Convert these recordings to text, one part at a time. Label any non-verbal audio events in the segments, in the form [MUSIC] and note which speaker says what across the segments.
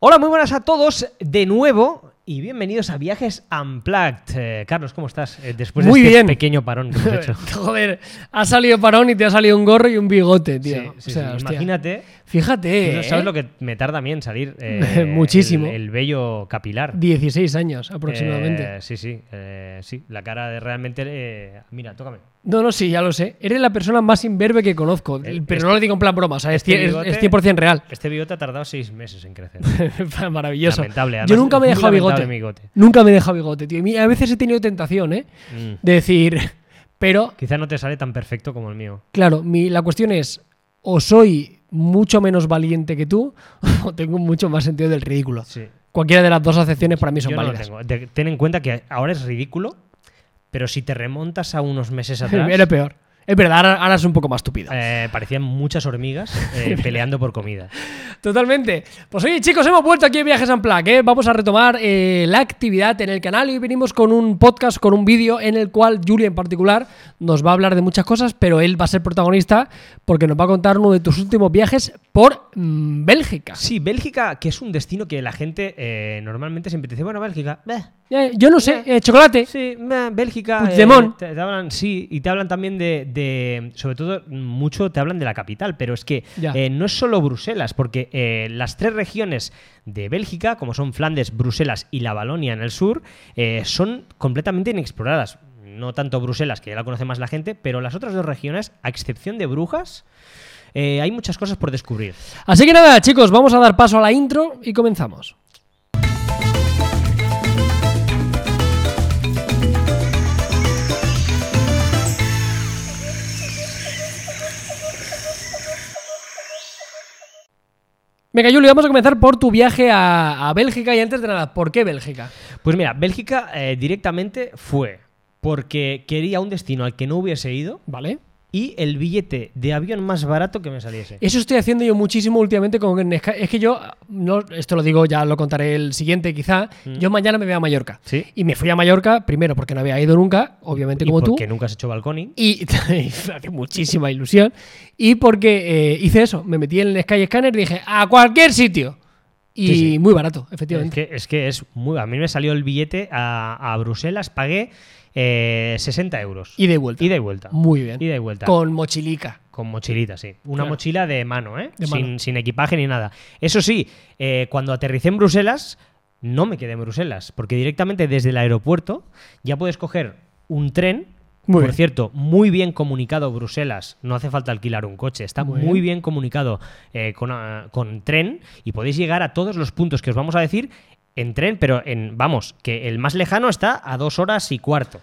Speaker 1: Hola, muy buenas a todos de nuevo y bienvenidos a Viajes Unplugged. Eh, Carlos, ¿cómo estás eh, después de
Speaker 2: Muy
Speaker 1: este
Speaker 2: bien.
Speaker 1: pequeño parón
Speaker 2: [LAUGHS]
Speaker 1: que hemos hecho?
Speaker 2: Joder, ha salido parón y te ha salido un gorro y un bigote,
Speaker 1: Sí,
Speaker 2: tío.
Speaker 1: sí,
Speaker 2: O sea,
Speaker 1: sí.
Speaker 2: hostia.
Speaker 1: Imagínate,
Speaker 2: Fíjate.
Speaker 1: tú no sabes
Speaker 2: ¿eh?
Speaker 1: lo que me tarda a mí en
Speaker 2: [LAUGHS]
Speaker 1: salir eh,
Speaker 2: Muchísimo.
Speaker 1: el, el vello capilar.
Speaker 2: 16 años aproximadamente.
Speaker 1: Eh, sí, sí, eh, sí, la cara de realmente... eh, mira, tócame.
Speaker 2: No, no, sí, ya lo sé. Eres la persona más imberbe que conozco.
Speaker 1: Eh,
Speaker 2: pero
Speaker 1: este-
Speaker 2: no lo digo en plan broma, o sea, es
Speaker 1: este
Speaker 2: cien- es,
Speaker 1: bigote-
Speaker 2: es 100% real. [LAUGHS]
Speaker 1: Este bigote ha tardado seis meses en crecer.
Speaker 2: Maravilloso.
Speaker 1: Lamentable,
Speaker 2: Yo
Speaker 1: además,
Speaker 2: nunca me he
Speaker 1: muy
Speaker 2: dejado bigote.
Speaker 1: lamentable mi bigote.
Speaker 2: Nunca me he dejado bigote, tío. Y mi- A veces he tenido tentación, ¿eh?
Speaker 1: Mm.
Speaker 2: De decir, [LAUGHS] pero
Speaker 1: Quizá no te sale tan perfecto como el mío.
Speaker 2: Claro, mi- la cuestión es, o soy mucho menos valiente que tú, [LAUGHS] o tengo mucho más sentido del ridículo.
Speaker 1: Sí.
Speaker 2: Cualquiera de las dos acepciones para mí son
Speaker 1: Yo no lo
Speaker 2: [LAUGHS] válidas.
Speaker 1: tengo. Te- Ten en cuenta que ahora es ridículo, pero si te remontas a unos
Speaker 2: [LAUGHS]
Speaker 1: meses atrás,
Speaker 2: Era peor. Es verdad, ahora, ahora es un poco más tupido.
Speaker 1: eh, parecían muchas
Speaker 2: [LAUGHS]
Speaker 1: hormigas eh, peleando por comida.
Speaker 2: Totalmente. Pues oye, chicos, hemos vuelto aquí en Viajes en Plaque. Vamos a retomar eh, la actividad en el canal y venimos con un podcast, con un vídeo en el cual Julia en particular nos va a hablar de muchas cosas, pero él va a ser protagonista porque nos va a contar uno de tus últimos viajes por mm, Bélgica.
Speaker 1: Sí, Bélgica, que es un destino que la gente eh, normalmente siempre te dice, bueno, Bélgica, meh,
Speaker 2: Eh, yo no sé, eh, chocolate.
Speaker 1: sí, meh, Bélgica. eh,
Speaker 2: Puigdemont.
Speaker 1: te, te hablan, sí, y te hablan también de, de- sobre todo, mucho te hablan de la capital, pero es que
Speaker 2: Ya.
Speaker 1: eh, no es solo Bruselas, porque eh, las tres regiones de Bélgica, como son Flandes, Bruselas y la Valonia en el sur, eh, son completamente inexploradas. No tanto Bruselas, que ya la conoce más la gente, pero las otras dos regiones, a excepción de Brujas, eh, hay muchas cosas por descubrir.
Speaker 2: Así que nada, chicos, vamos a dar paso a la intro y comenzamos. Venga, Julio, vamos a comenzar por tu viaje a, a Bélgica y antes de nada, ¿por qué Bélgica?
Speaker 1: Pues mira, Bélgica eh, directamente fue porque quería un destino al que no hubiese ido
Speaker 2: ¿Vale?
Speaker 1: y el billete de avión más barato que me saliese.
Speaker 2: Eso estoy haciendo yo muchísimo últimamente con Sky- Es que yo, no, esto lo digo, ya lo contaré el siguiente quizá. Yo mañana me voy a Mallorca.
Speaker 1: Sí.
Speaker 2: Y me fui a Mallorca, primero porque no había ido nunca, obviamente
Speaker 1: Y
Speaker 2: como tú.
Speaker 1: porque nunca has hecho balconing.
Speaker 2: Y [LAUGHS] hace muchísima ilusión. Y porque eh, hice eso, me metí en el Sky Scanner y dije, a cualquier sitio. Y
Speaker 1: Sí, sí.
Speaker 2: muy barato,
Speaker 1: Es
Speaker 2: efectivamente.
Speaker 1: que, es que es muy. A mí me salió el billete a, a Bruselas, pagué eh, 60 euros.
Speaker 2: Ida Y de vuelta.
Speaker 1: Ida y vuelta.
Speaker 2: Muy bien.
Speaker 1: Ida y vuelta.
Speaker 2: Con mochilica.
Speaker 1: Con mochilita, sí. Una
Speaker 2: Claro.
Speaker 1: mochila de mano, ¿eh?
Speaker 2: De
Speaker 1: sin,
Speaker 2: mano.
Speaker 1: sin equipaje ni nada. Eso sí, eh, cuando aterricé en Bruselas, no me quedé en Bruselas, porque directamente desde el aeropuerto ya puedes coger un tren.
Speaker 2: Muy
Speaker 1: por
Speaker 2: bien.
Speaker 1: cierto, muy bien comunicado Bruselas. No hace falta alquilar un coche. Está
Speaker 2: Muy
Speaker 1: muy,
Speaker 2: bien.
Speaker 1: bien. comunicado eh, con, ah, con tren y podéis llegar a todos los puntos que os vamos a decir en tren, pero en, vamos, que el más lejano está a dos horas y cuarto.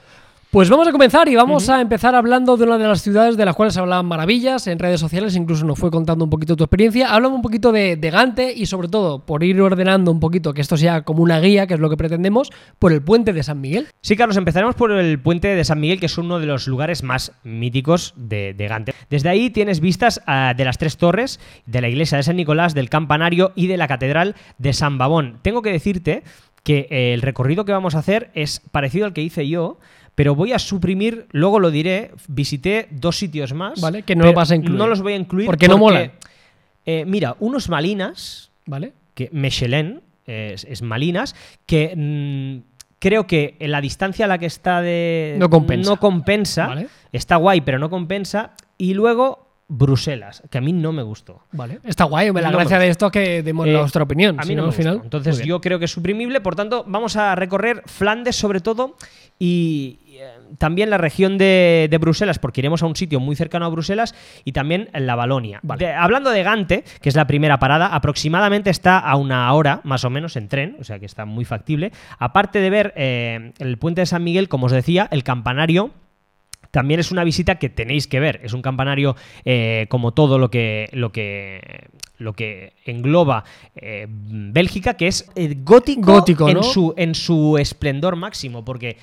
Speaker 2: Pues vamos a comenzar y vamos a empezar hablando de una de las ciudades de las cuales se hablaban maravillas en redes sociales, incluso nos fue contando un poquito tu experiencia. Hablamos un poquito de, de Gante y sobre todo, por ir ordenando un poquito que esto sea como una guía, que es lo que pretendemos, por el puente de San Miguel.
Speaker 1: Sí, Carlos, empezaremos por el puente de San Miguel, que es uno de los lugares más míticos de, de Gante. Desde ahí tienes vistas ah, de las tres torres, de la iglesia de San Nicolás, del campanario y de la catedral de San Babón. Tengo que decirte que eh, el recorrido que vamos a hacer es parecido al que hice yo, pero voy a suprimir, luego lo diré, visité dos sitios más.
Speaker 2: Vale, que no lo
Speaker 1: pero
Speaker 2: vas a incluir.
Speaker 1: No los voy a incluir.
Speaker 2: Porque no molan.
Speaker 1: eh, mira, unos Malinas,
Speaker 2: ¿Vale?
Speaker 1: que Mechelen eh, es, es Malinas, que mm, creo que la distancia a la que está de
Speaker 2: No compensa.
Speaker 1: no compensa.
Speaker 2: Vale.
Speaker 1: está guay, pero no compensa, y luego Bruselas, que a mí no me gustó.
Speaker 2: Vale. Está guay, hombre, la
Speaker 1: No me
Speaker 2: gracia de esto es que demos
Speaker 1: Eh,
Speaker 2: nuestra opinión.
Speaker 1: A mí
Speaker 2: si
Speaker 1: no me
Speaker 2: al final.
Speaker 1: gustó. Entonces
Speaker 2: Muy bien.
Speaker 1: yo creo que es suprimible, por tanto vamos a recorrer Flandes sobre todo y y, eh, también la región de, de Bruselas, porque iremos a un sitio muy cercano a Bruselas y también en la Valonia.
Speaker 2: Vale.
Speaker 1: De- hablando de Gante, que es la primera parada, aproximadamente está a una hora más o menos en tren, o sea que está muy factible. Aparte de ver eh, el puente de San Miguel, como os decía, el campanario también es una visita que tenéis que ver. Es un campanario eh, como todo lo que, lo que, lo que engloba eh, Bélgica, que es eh, gótico,
Speaker 2: Gótico,
Speaker 1: en,
Speaker 2: ¿no?
Speaker 1: su, en su esplendor máximo, porque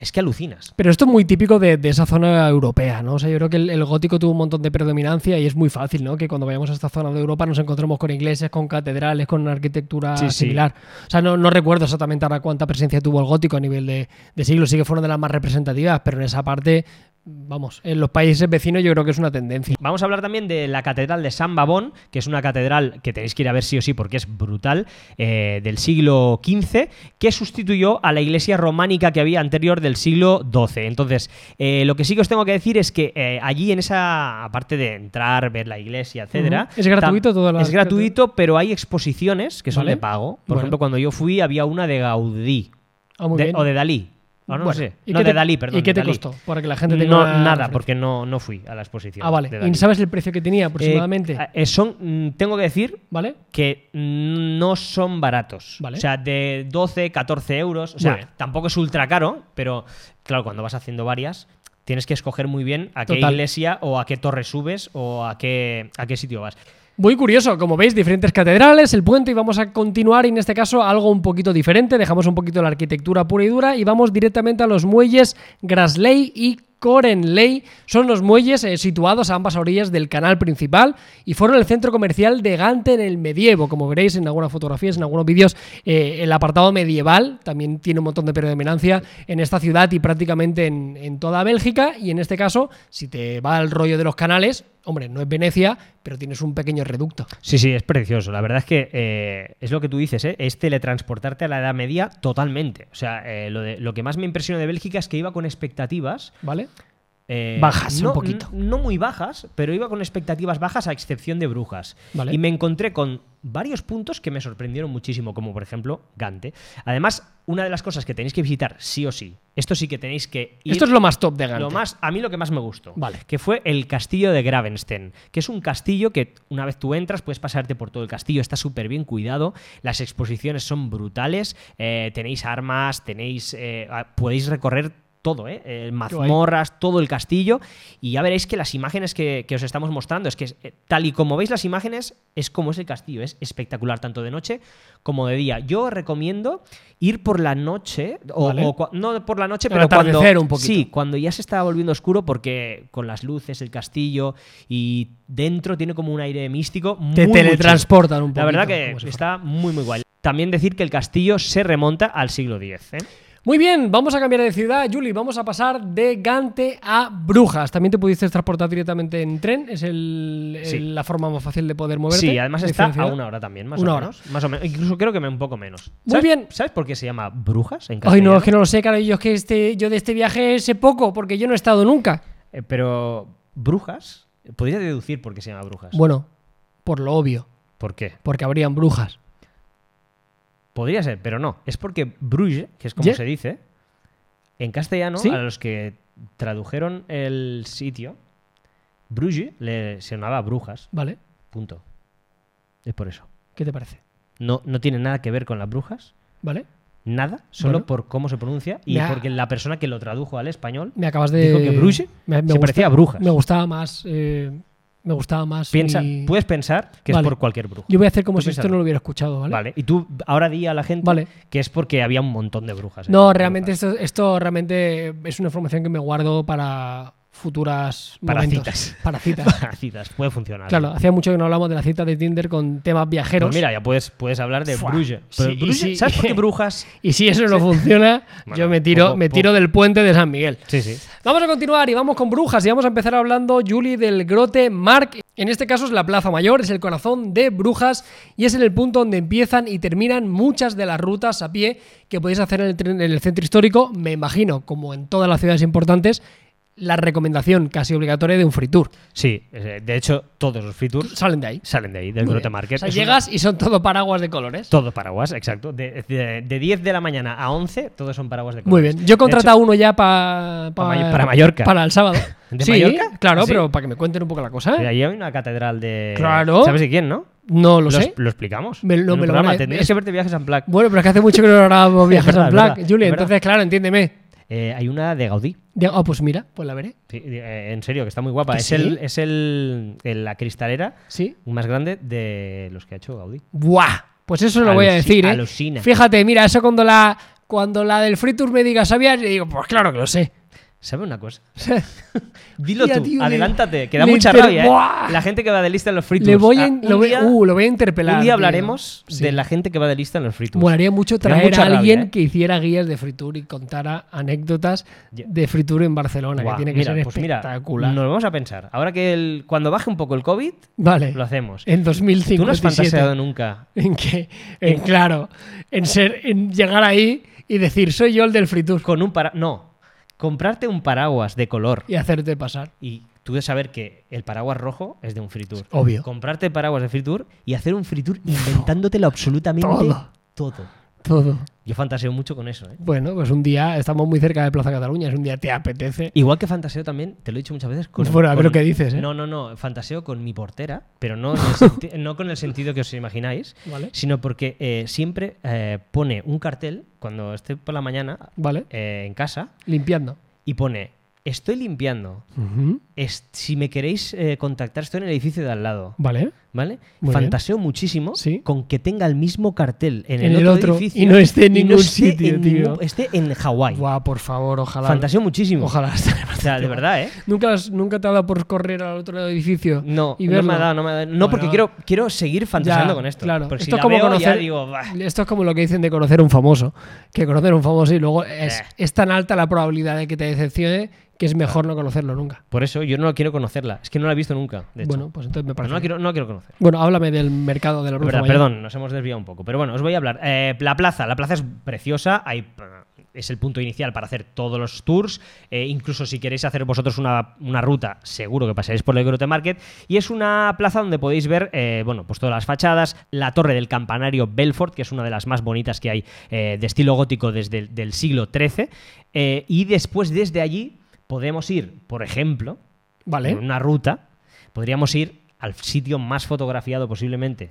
Speaker 1: es que alucinas.
Speaker 2: Pero esto es muy típico de, de esa zona europea, ¿no? O sea, yo creo que el, el gótico tuvo un montón de predominancia y es muy fácil, ¿no? Que cuando vayamos a esta zona de Europa nos encontremos con iglesias, con catedrales, con una arquitectura
Speaker 1: Sí, sí.
Speaker 2: similar. O sea, no, no recuerdo exactamente ahora cuánta presencia tuvo el gótico a nivel de, de siglos. Sí que fueron de las más representativas, pero en esa parte vamos, en los países vecinos yo creo que es una tendencia.
Speaker 1: Vamos a hablar también de la Catedral de San Babón, que es una catedral que tenéis que ir a ver sí o sí porque es brutal, eh, del siglo XV, que sustituyó a la iglesia románica que había anterior del siglo XII. Entonces, eh, lo que sí que os tengo que decir es que eh, allí en esa, aparte de entrar, ver la iglesia, etcétera,
Speaker 2: Ujú. Es gratuito
Speaker 1: tam-
Speaker 2: toda la-
Speaker 1: Es gratuito, pero hay exposiciones que son
Speaker 2: Vale.
Speaker 1: de pago. Por
Speaker 2: Bueno.
Speaker 1: ejemplo, cuando yo fui había una de Gaudí
Speaker 2: Ah, muy
Speaker 1: de-
Speaker 2: bien.
Speaker 1: o de Dalí. Ahora no
Speaker 2: Bueno,
Speaker 1: sé.
Speaker 2: ¿y
Speaker 1: No,
Speaker 2: qué
Speaker 1: de
Speaker 2: te-
Speaker 1: Dalí, perdón.
Speaker 2: ¿Y qué
Speaker 1: de
Speaker 2: te
Speaker 1: Dalí.
Speaker 2: costó? Para que la gente tenga
Speaker 1: No,
Speaker 2: una
Speaker 1: nada,
Speaker 2: referencia.
Speaker 1: porque no, no fui a la exposición.
Speaker 2: Ah,
Speaker 1: de
Speaker 2: vale.
Speaker 1: Dalí.
Speaker 2: ¿Y sabes el precio que tenía aproximadamente?
Speaker 1: Eh, eh, son, mm, tengo que decir
Speaker 2: ¿Vale?
Speaker 1: que no son baratos.
Speaker 2: Vale.
Speaker 1: O sea, de 12, 14 euros. O
Speaker 2: Muy
Speaker 1: sea,
Speaker 2: bien.
Speaker 1: tampoco es ultra caro, pero claro, cuando vas haciendo varias, tienes que escoger muy bien a qué
Speaker 2: Total.
Speaker 1: iglesia o a qué torre subes o a qué, a qué sitio vas.
Speaker 2: Muy curioso, como veis, diferentes catedrales, el puente y vamos a continuar y en este caso algo un poquito diferente, dejamos un poquito la arquitectura pura y dura y vamos directamente a los muelles Grasley y Corenley. Son los muelles eh, situados a ambas orillas del canal principal y fueron el centro comercial de Gante en el medievo, como veréis en algunas fotografías, en algunos vídeos, eh, el apartado medieval también tiene un montón de predominancia en esta ciudad y prácticamente en, en toda Bélgica y en este caso, si te va el rollo de los canales, hombre, no es Venecia, pero tienes un pequeño reducto.
Speaker 1: Sí, sí, es precioso. La verdad es que eh, es lo que tú dices, ¿eh? es teletransportarte a la Edad Media totalmente. O sea, eh, lo, de- lo que más me impresionó de Bélgica es que iba con expectativas
Speaker 2: ¿Vale?
Speaker 1: Eh,
Speaker 2: Bajas un
Speaker 1: no,
Speaker 2: poquito.
Speaker 1: n- No muy bajas, pero iba con expectativas bajas a excepción de brujas.
Speaker 2: Vale.
Speaker 1: Y me encontré con varios puntos que me sorprendieron muchísimo, como por ejemplo Gante. Además, una de las cosas que tenéis que visitar sí o sí, esto sí que tenéis que ir...
Speaker 2: Esto es lo más top de Gante.
Speaker 1: Lo más, a mí lo que más me gustó,
Speaker 2: Vale.
Speaker 1: que fue el castillo de Gravenstein, que es un castillo que una vez tú entras puedes pasarte por todo el castillo, está súper bien cuidado, las exposiciones son brutales, eh, tenéis armas, tenéis, eh, a- podéis recorrer todo, ¿eh? Eh, mazmorras, todo el castillo, y ya veréis que las imágenes que, que os estamos mostrando, es que es, eh, tal y como veis las imágenes, es como es el castillo, es espectacular tanto de noche como de día. Yo os recomiendo ir por la noche, o,
Speaker 2: Vale.
Speaker 1: o cua- no por la noche,
Speaker 2: Al
Speaker 1: pero cuando-
Speaker 2: atardecer un poquito.
Speaker 1: Sí, cuando ya se estaba volviendo oscuro porque con las luces, el castillo y dentro tiene como un aire místico muy
Speaker 2: Te
Speaker 1: muy
Speaker 2: teletransportan un
Speaker 1: chulo. La
Speaker 2: poquito.
Speaker 1: verdad que
Speaker 2: como si fuera.
Speaker 1: está muy muy guay. También decir que el castillo se remonta al siglo X. ¿eh?
Speaker 2: Muy bien, vamos a cambiar de ciudad, Juli. Vamos a pasar de Gante a Brujas. También te pudiste transportar directamente en tren. Es el- el-
Speaker 1: Sí.
Speaker 2: la forma más fácil de poder moverte.
Speaker 1: Sí, además
Speaker 2: de
Speaker 1: está
Speaker 2: ciudad
Speaker 1: a
Speaker 2: ciudad.
Speaker 1: una hora también, más
Speaker 2: Una
Speaker 1: o
Speaker 2: hora.
Speaker 1: menos. Más o menos. Incluso creo que me- un poco menos.
Speaker 2: Muy
Speaker 1: ¿Sabes-
Speaker 2: bien.
Speaker 1: ¿Sabes por qué se llama brujas en
Speaker 2: Ay,
Speaker 1: castellano?
Speaker 2: no, es que no lo sé, cara. Yo es que este, yo de este viaje sé poco porque yo no he estado nunca.
Speaker 1: Eh, Pero brujas, podría deducir por qué se llama brujas.
Speaker 2: Bueno, por lo obvio,
Speaker 1: ¿Por qué?
Speaker 2: porque habrían brujas.
Speaker 1: Podría ser, pero no. Es porque Bruges, que es como
Speaker 2: Ye-
Speaker 1: se dice, en castellano,
Speaker 2: ¿Sí?
Speaker 1: a los que tradujeron el sitio, Bruges le sonaba brujas.
Speaker 2: ¿Vale?
Speaker 1: Punto. Es por eso.
Speaker 2: ¿Qué te parece?
Speaker 1: No, no tiene nada que ver con las brujas.
Speaker 2: ¿Vale?
Speaker 1: Nada, solo
Speaker 2: Bueno.
Speaker 1: por cómo se pronuncia y
Speaker 2: Me ha-
Speaker 1: porque la persona que lo tradujo al español
Speaker 2: Me acabas de.
Speaker 1: Dijo que Bruges
Speaker 2: me,
Speaker 1: se
Speaker 2: me gusta-
Speaker 1: parecía a brujas.
Speaker 2: Me gustaba más. eh, me gustaba más.
Speaker 1: Piensa,
Speaker 2: mi-
Speaker 1: puedes pensar que
Speaker 2: Vale.
Speaker 1: es por cualquier bruja.
Speaker 2: Yo voy a hacer como
Speaker 1: Tú
Speaker 2: si esto
Speaker 1: piénsalo.
Speaker 2: no lo hubiera escuchado, ¿vale?
Speaker 1: ¿vale? Y tú ahora di a la gente
Speaker 2: Vale.
Speaker 1: que es porque había un montón de brujas. en
Speaker 2: No,
Speaker 1: las
Speaker 2: realmente
Speaker 1: brujas.
Speaker 2: esto, esto realmente es una información que me guardo para futuras
Speaker 1: Para
Speaker 2: momentos.
Speaker 1: citas. [LAUGHS]
Speaker 2: Para citas.
Speaker 1: Citas, puede funcionar.
Speaker 2: claro, hacía mucho que no hablamos de la cita de Tinder con temas viajeros.
Speaker 1: Pues mira, ya puedes, puedes hablar de
Speaker 2: Fua.
Speaker 1: Bruges. Pero
Speaker 2: Sí, y
Speaker 1: Bruges,
Speaker 2: sí.
Speaker 1: ¿Sabes por qué Brujas?
Speaker 2: Y si eso no funciona,
Speaker 1: [LAUGHS] Bueno,
Speaker 2: yo me tiro,
Speaker 1: poco-
Speaker 2: me tiro
Speaker 1: poco.
Speaker 2: del puente de San Miguel.
Speaker 1: Sí, sí.
Speaker 2: Vamos a continuar y vamos con brujas y vamos a empezar hablando, Julie, del grote Mark. En este caso es la Plaza Mayor, es el corazón de brujas y es en el punto donde empiezan y terminan muchas de las rutas a pie que podéis hacer en el, tren- en el centro histórico. Me imagino, como en todas las ciudades importantes, la recomendación casi obligatoria de un free tour.
Speaker 1: Sí, eh, de hecho, todos los free tours
Speaker 2: Salen de ahí.
Speaker 1: salen de ahí, del
Speaker 2: Muy
Speaker 1: Grote
Speaker 2: bien.
Speaker 1: Market.
Speaker 2: O sea,
Speaker 1: Es una-
Speaker 2: llegas y son todo paraguas de colores.
Speaker 1: Todo paraguas, exacto. De, de- de 10 de la mañana a 11, todos son paraguas de
Speaker 2: Muy
Speaker 1: colores.
Speaker 2: bien. Yo he
Speaker 1: De hecho,
Speaker 2: contratado uno ya pa-
Speaker 1: Pa
Speaker 2: pa-
Speaker 1: May- para Mallorca.
Speaker 2: Para el sábado.
Speaker 1: [LAUGHS] ¿De
Speaker 2: sí,
Speaker 1: Mallorca?
Speaker 2: claro,
Speaker 1: ¿Ah, sí?
Speaker 2: pero para que me cuenten un poco la cosa.
Speaker 1: eh, ahí hay una catedral de.
Speaker 2: Claro.
Speaker 1: ¿Sabes de quién, no?
Speaker 2: No lo
Speaker 1: Los-
Speaker 2: sé.
Speaker 1: Lo explicamos.
Speaker 2: Me lo-
Speaker 1: en
Speaker 2: me
Speaker 1: el
Speaker 2: lo
Speaker 1: programa.
Speaker 2: van a-
Speaker 1: Tendrías que verte viajes en Black.
Speaker 2: Bueno, pero es que hace mucho que no grabábamos viajes
Speaker 1: verdad, [LAUGHS]
Speaker 2: en
Speaker 1: es
Speaker 2: Black,
Speaker 1: verdad,
Speaker 2: Julie.
Speaker 1: es verdad.
Speaker 2: Entonces, claro, entiéndeme.
Speaker 1: Eh, hay una de Gaudí.
Speaker 2: Digo, Ah, pues mira, pues la veré.
Speaker 1: Sí, eh, en serio, que está muy guapa.
Speaker 2: ¿Que
Speaker 1: Es,
Speaker 2: sí?
Speaker 1: el, es el, el- la cristalera
Speaker 2: Sí.
Speaker 1: más grande de los que ha hecho Gaudí.
Speaker 2: ¡Buah! Pues eso lo voy a
Speaker 1: Aluci-
Speaker 2: decir, ¿eh?
Speaker 1: alucina.
Speaker 2: Fíjate, mira, eso cuando la, cuando la del Free Tour me diga, ¿sabías? Le digo, pues claro que lo sé. [LAUGHS]
Speaker 1: ¿Sabe una cosa?
Speaker 2: Dilo
Speaker 1: Dilo
Speaker 2: Tía, tú,
Speaker 1: tú,
Speaker 2: tío, le-
Speaker 1: adelante, que da
Speaker 2: le
Speaker 1: mucha
Speaker 2: inter-
Speaker 1: rabia, ¿eh?
Speaker 2: ¡Buah!
Speaker 1: La gente que va de lista en los free
Speaker 2: Le
Speaker 1: tours.
Speaker 2: voy a,
Speaker 1: Ah,
Speaker 2: lo, voy, uh, lo voy a interpelar.
Speaker 1: un día
Speaker 2: tío.
Speaker 1: hablaremos
Speaker 2: Sí.
Speaker 1: de la gente que va de lista en los free tours.
Speaker 2: Molaría mucho
Speaker 1: Me da
Speaker 2: traer
Speaker 1: mucha
Speaker 2: a
Speaker 1: rabia,
Speaker 2: alguien
Speaker 1: ¿eh?
Speaker 2: que hiciera guías de Free Tour y contara anécdotas
Speaker 1: Ya.
Speaker 2: de Free Tour en Barcelona,
Speaker 1: Guau,
Speaker 2: que tiene que
Speaker 1: mira,
Speaker 2: ser
Speaker 1: pues mira,
Speaker 2: espectacular.
Speaker 1: nos lo vamos a pensar. Ahora que el- cuando baje un poco el COVID,
Speaker 2: vale.
Speaker 1: lo hacemos.
Speaker 2: En 2057.
Speaker 1: Tú no has fantaseado nunca.
Speaker 2: En que, en, claro, en ser, en llegar ahí y decir soy yo el del Free Tour
Speaker 1: Con un para... No, comprarte un paraguas de color
Speaker 2: y hacerte pasar.
Speaker 1: y tú de saber que el paraguas rojo es de un free tour.
Speaker 2: Obvio.
Speaker 1: Comprarte paraguas de free tour y hacer un free tour inventándotelo absolutamente
Speaker 2: Todo.
Speaker 1: todo.
Speaker 2: Todo.
Speaker 1: Yo fantaseo mucho con eso, ¿eh?
Speaker 2: Bueno, pues un día estamos muy cerca de Plaza Cataluña, es un día te apetece.
Speaker 1: Igual que fantaseo también, te lo he dicho muchas veces. Con,
Speaker 2: Bueno, a ver
Speaker 1: con-
Speaker 2: lo que dices, ¿eh?
Speaker 1: No, no, no. Fantaseo con mi portera, pero no, en el [LAUGHS] senti- no con el sentido que os imagináis,
Speaker 2: Vale.
Speaker 1: sino porque eh, siempre eh, pone un cartel cuando esté por la mañana
Speaker 2: Vale.
Speaker 1: eh, en casa
Speaker 2: Limpiando.
Speaker 1: y pone: Estoy limpiando. Es- si me queréis eh, contactar, estoy en el edificio de al lado.
Speaker 2: Vale.
Speaker 1: ¿Vale?
Speaker 2: Muy
Speaker 1: Fantaseo muchísimo
Speaker 2: Sí.
Speaker 1: con que tenga el mismo cartel en,
Speaker 2: En
Speaker 1: el,
Speaker 2: el
Speaker 1: otro,
Speaker 2: otro,
Speaker 1: edificio
Speaker 2: y no esté en ningún
Speaker 1: esté
Speaker 2: sitio,
Speaker 1: en
Speaker 2: tío.
Speaker 1: ningún- esté en Hawái.
Speaker 2: Buah, por favor, ojalá.
Speaker 1: Fantaseo muchísimo.
Speaker 2: Ojalá. [LAUGHS]
Speaker 1: O sea, de verdad, ¿eh?
Speaker 2: ¿Nunca, has- ¿Nunca te ha dado por correr al otro lado del edificio?
Speaker 1: No,
Speaker 2: y
Speaker 1: no
Speaker 2: verlo?
Speaker 1: me ha dado, no me ha dado. No, porque
Speaker 2: Bueno.
Speaker 1: quiero, quiero seguir fantaseando
Speaker 2: Ya,
Speaker 1: con esto.
Speaker 2: Claro.
Speaker 1: Porque si
Speaker 2: esto, es
Speaker 1: la
Speaker 2: como
Speaker 1: veo,
Speaker 2: conocer,
Speaker 1: ya digo, "Bah".
Speaker 2: esto es como lo que dicen de conocer un famoso. Que conocer un famoso y luego es,
Speaker 1: Eh.
Speaker 2: es tan alta la probabilidad de que te decepcione que es mejor no conocerlo nunca.
Speaker 1: Por eso yo no quiero conocerla. Es que no la he visto nunca, de hecho.
Speaker 2: Bueno, pues entonces me
Speaker 1: Pero
Speaker 2: parece.
Speaker 1: no la quiero, no la quiero conocer.
Speaker 2: Bueno, háblame del mercado de
Speaker 1: Es
Speaker 2: la Plaza
Speaker 1: verdad,
Speaker 2: Mayor.
Speaker 1: perdón, nos hemos desviado un poco. Pero bueno, os voy a hablar. Eh, la plaza, la plaza es preciosa. Hay, eh, es el punto inicial para hacer todos los tours. Eh, incluso si queréis hacer vosotros una, una ruta, seguro que pasaréis por el Grote Market. Y es una plaza donde podéis ver, eh, bueno, pues todas las fachadas, la torre del campanario Belfort, que es una de las más bonitas que hay eh, de estilo gótico desde el del siglo XIII. Eh, y después desde allí podemos ir, por ejemplo,
Speaker 2: Vale.
Speaker 1: en una ruta, podríamos ir al sitio más fotografiado posiblemente.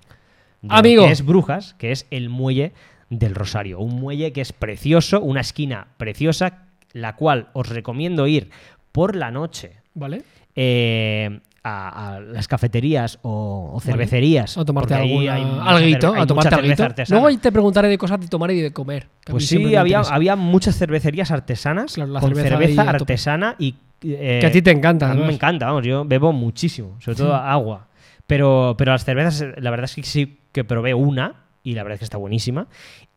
Speaker 1: de lo
Speaker 2: Amigo.
Speaker 1: Que es Brujas, que es el muelle del Rosario. Un muelle que es precioso, una esquina preciosa, la cual os recomiendo ir por la noche
Speaker 2: Vale.
Speaker 1: eh, a, a las cafeterías o, o cervecerías.
Speaker 2: O tomarte
Speaker 1: porque ahí
Speaker 2: alguna...
Speaker 1: hay mucha
Speaker 2: alguito,
Speaker 1: cerve- hay
Speaker 2: a tomarte
Speaker 1: mucha cerveza
Speaker 2: alguito.
Speaker 1: artesana.
Speaker 2: Luego ahí te preguntaré de cosas de tomar y de comer. que a mí
Speaker 1: Pues
Speaker 2: siempre
Speaker 1: sí,
Speaker 2: me
Speaker 1: había,
Speaker 2: interesa.
Speaker 1: había muchas cervecerías artesanas
Speaker 2: Claro, la
Speaker 1: con
Speaker 2: cerveza
Speaker 1: cerveza,
Speaker 2: ahí a tope.
Speaker 1: artesana y... eh,
Speaker 2: Que a ti te encanta,
Speaker 1: A mí me
Speaker 2: además.
Speaker 1: encanta, vamos, yo bebo muchísimo, sobre todo agua. Pero, pero las cervezas, eh, la verdad es que sí que probé una y la verdad es que está buenísima.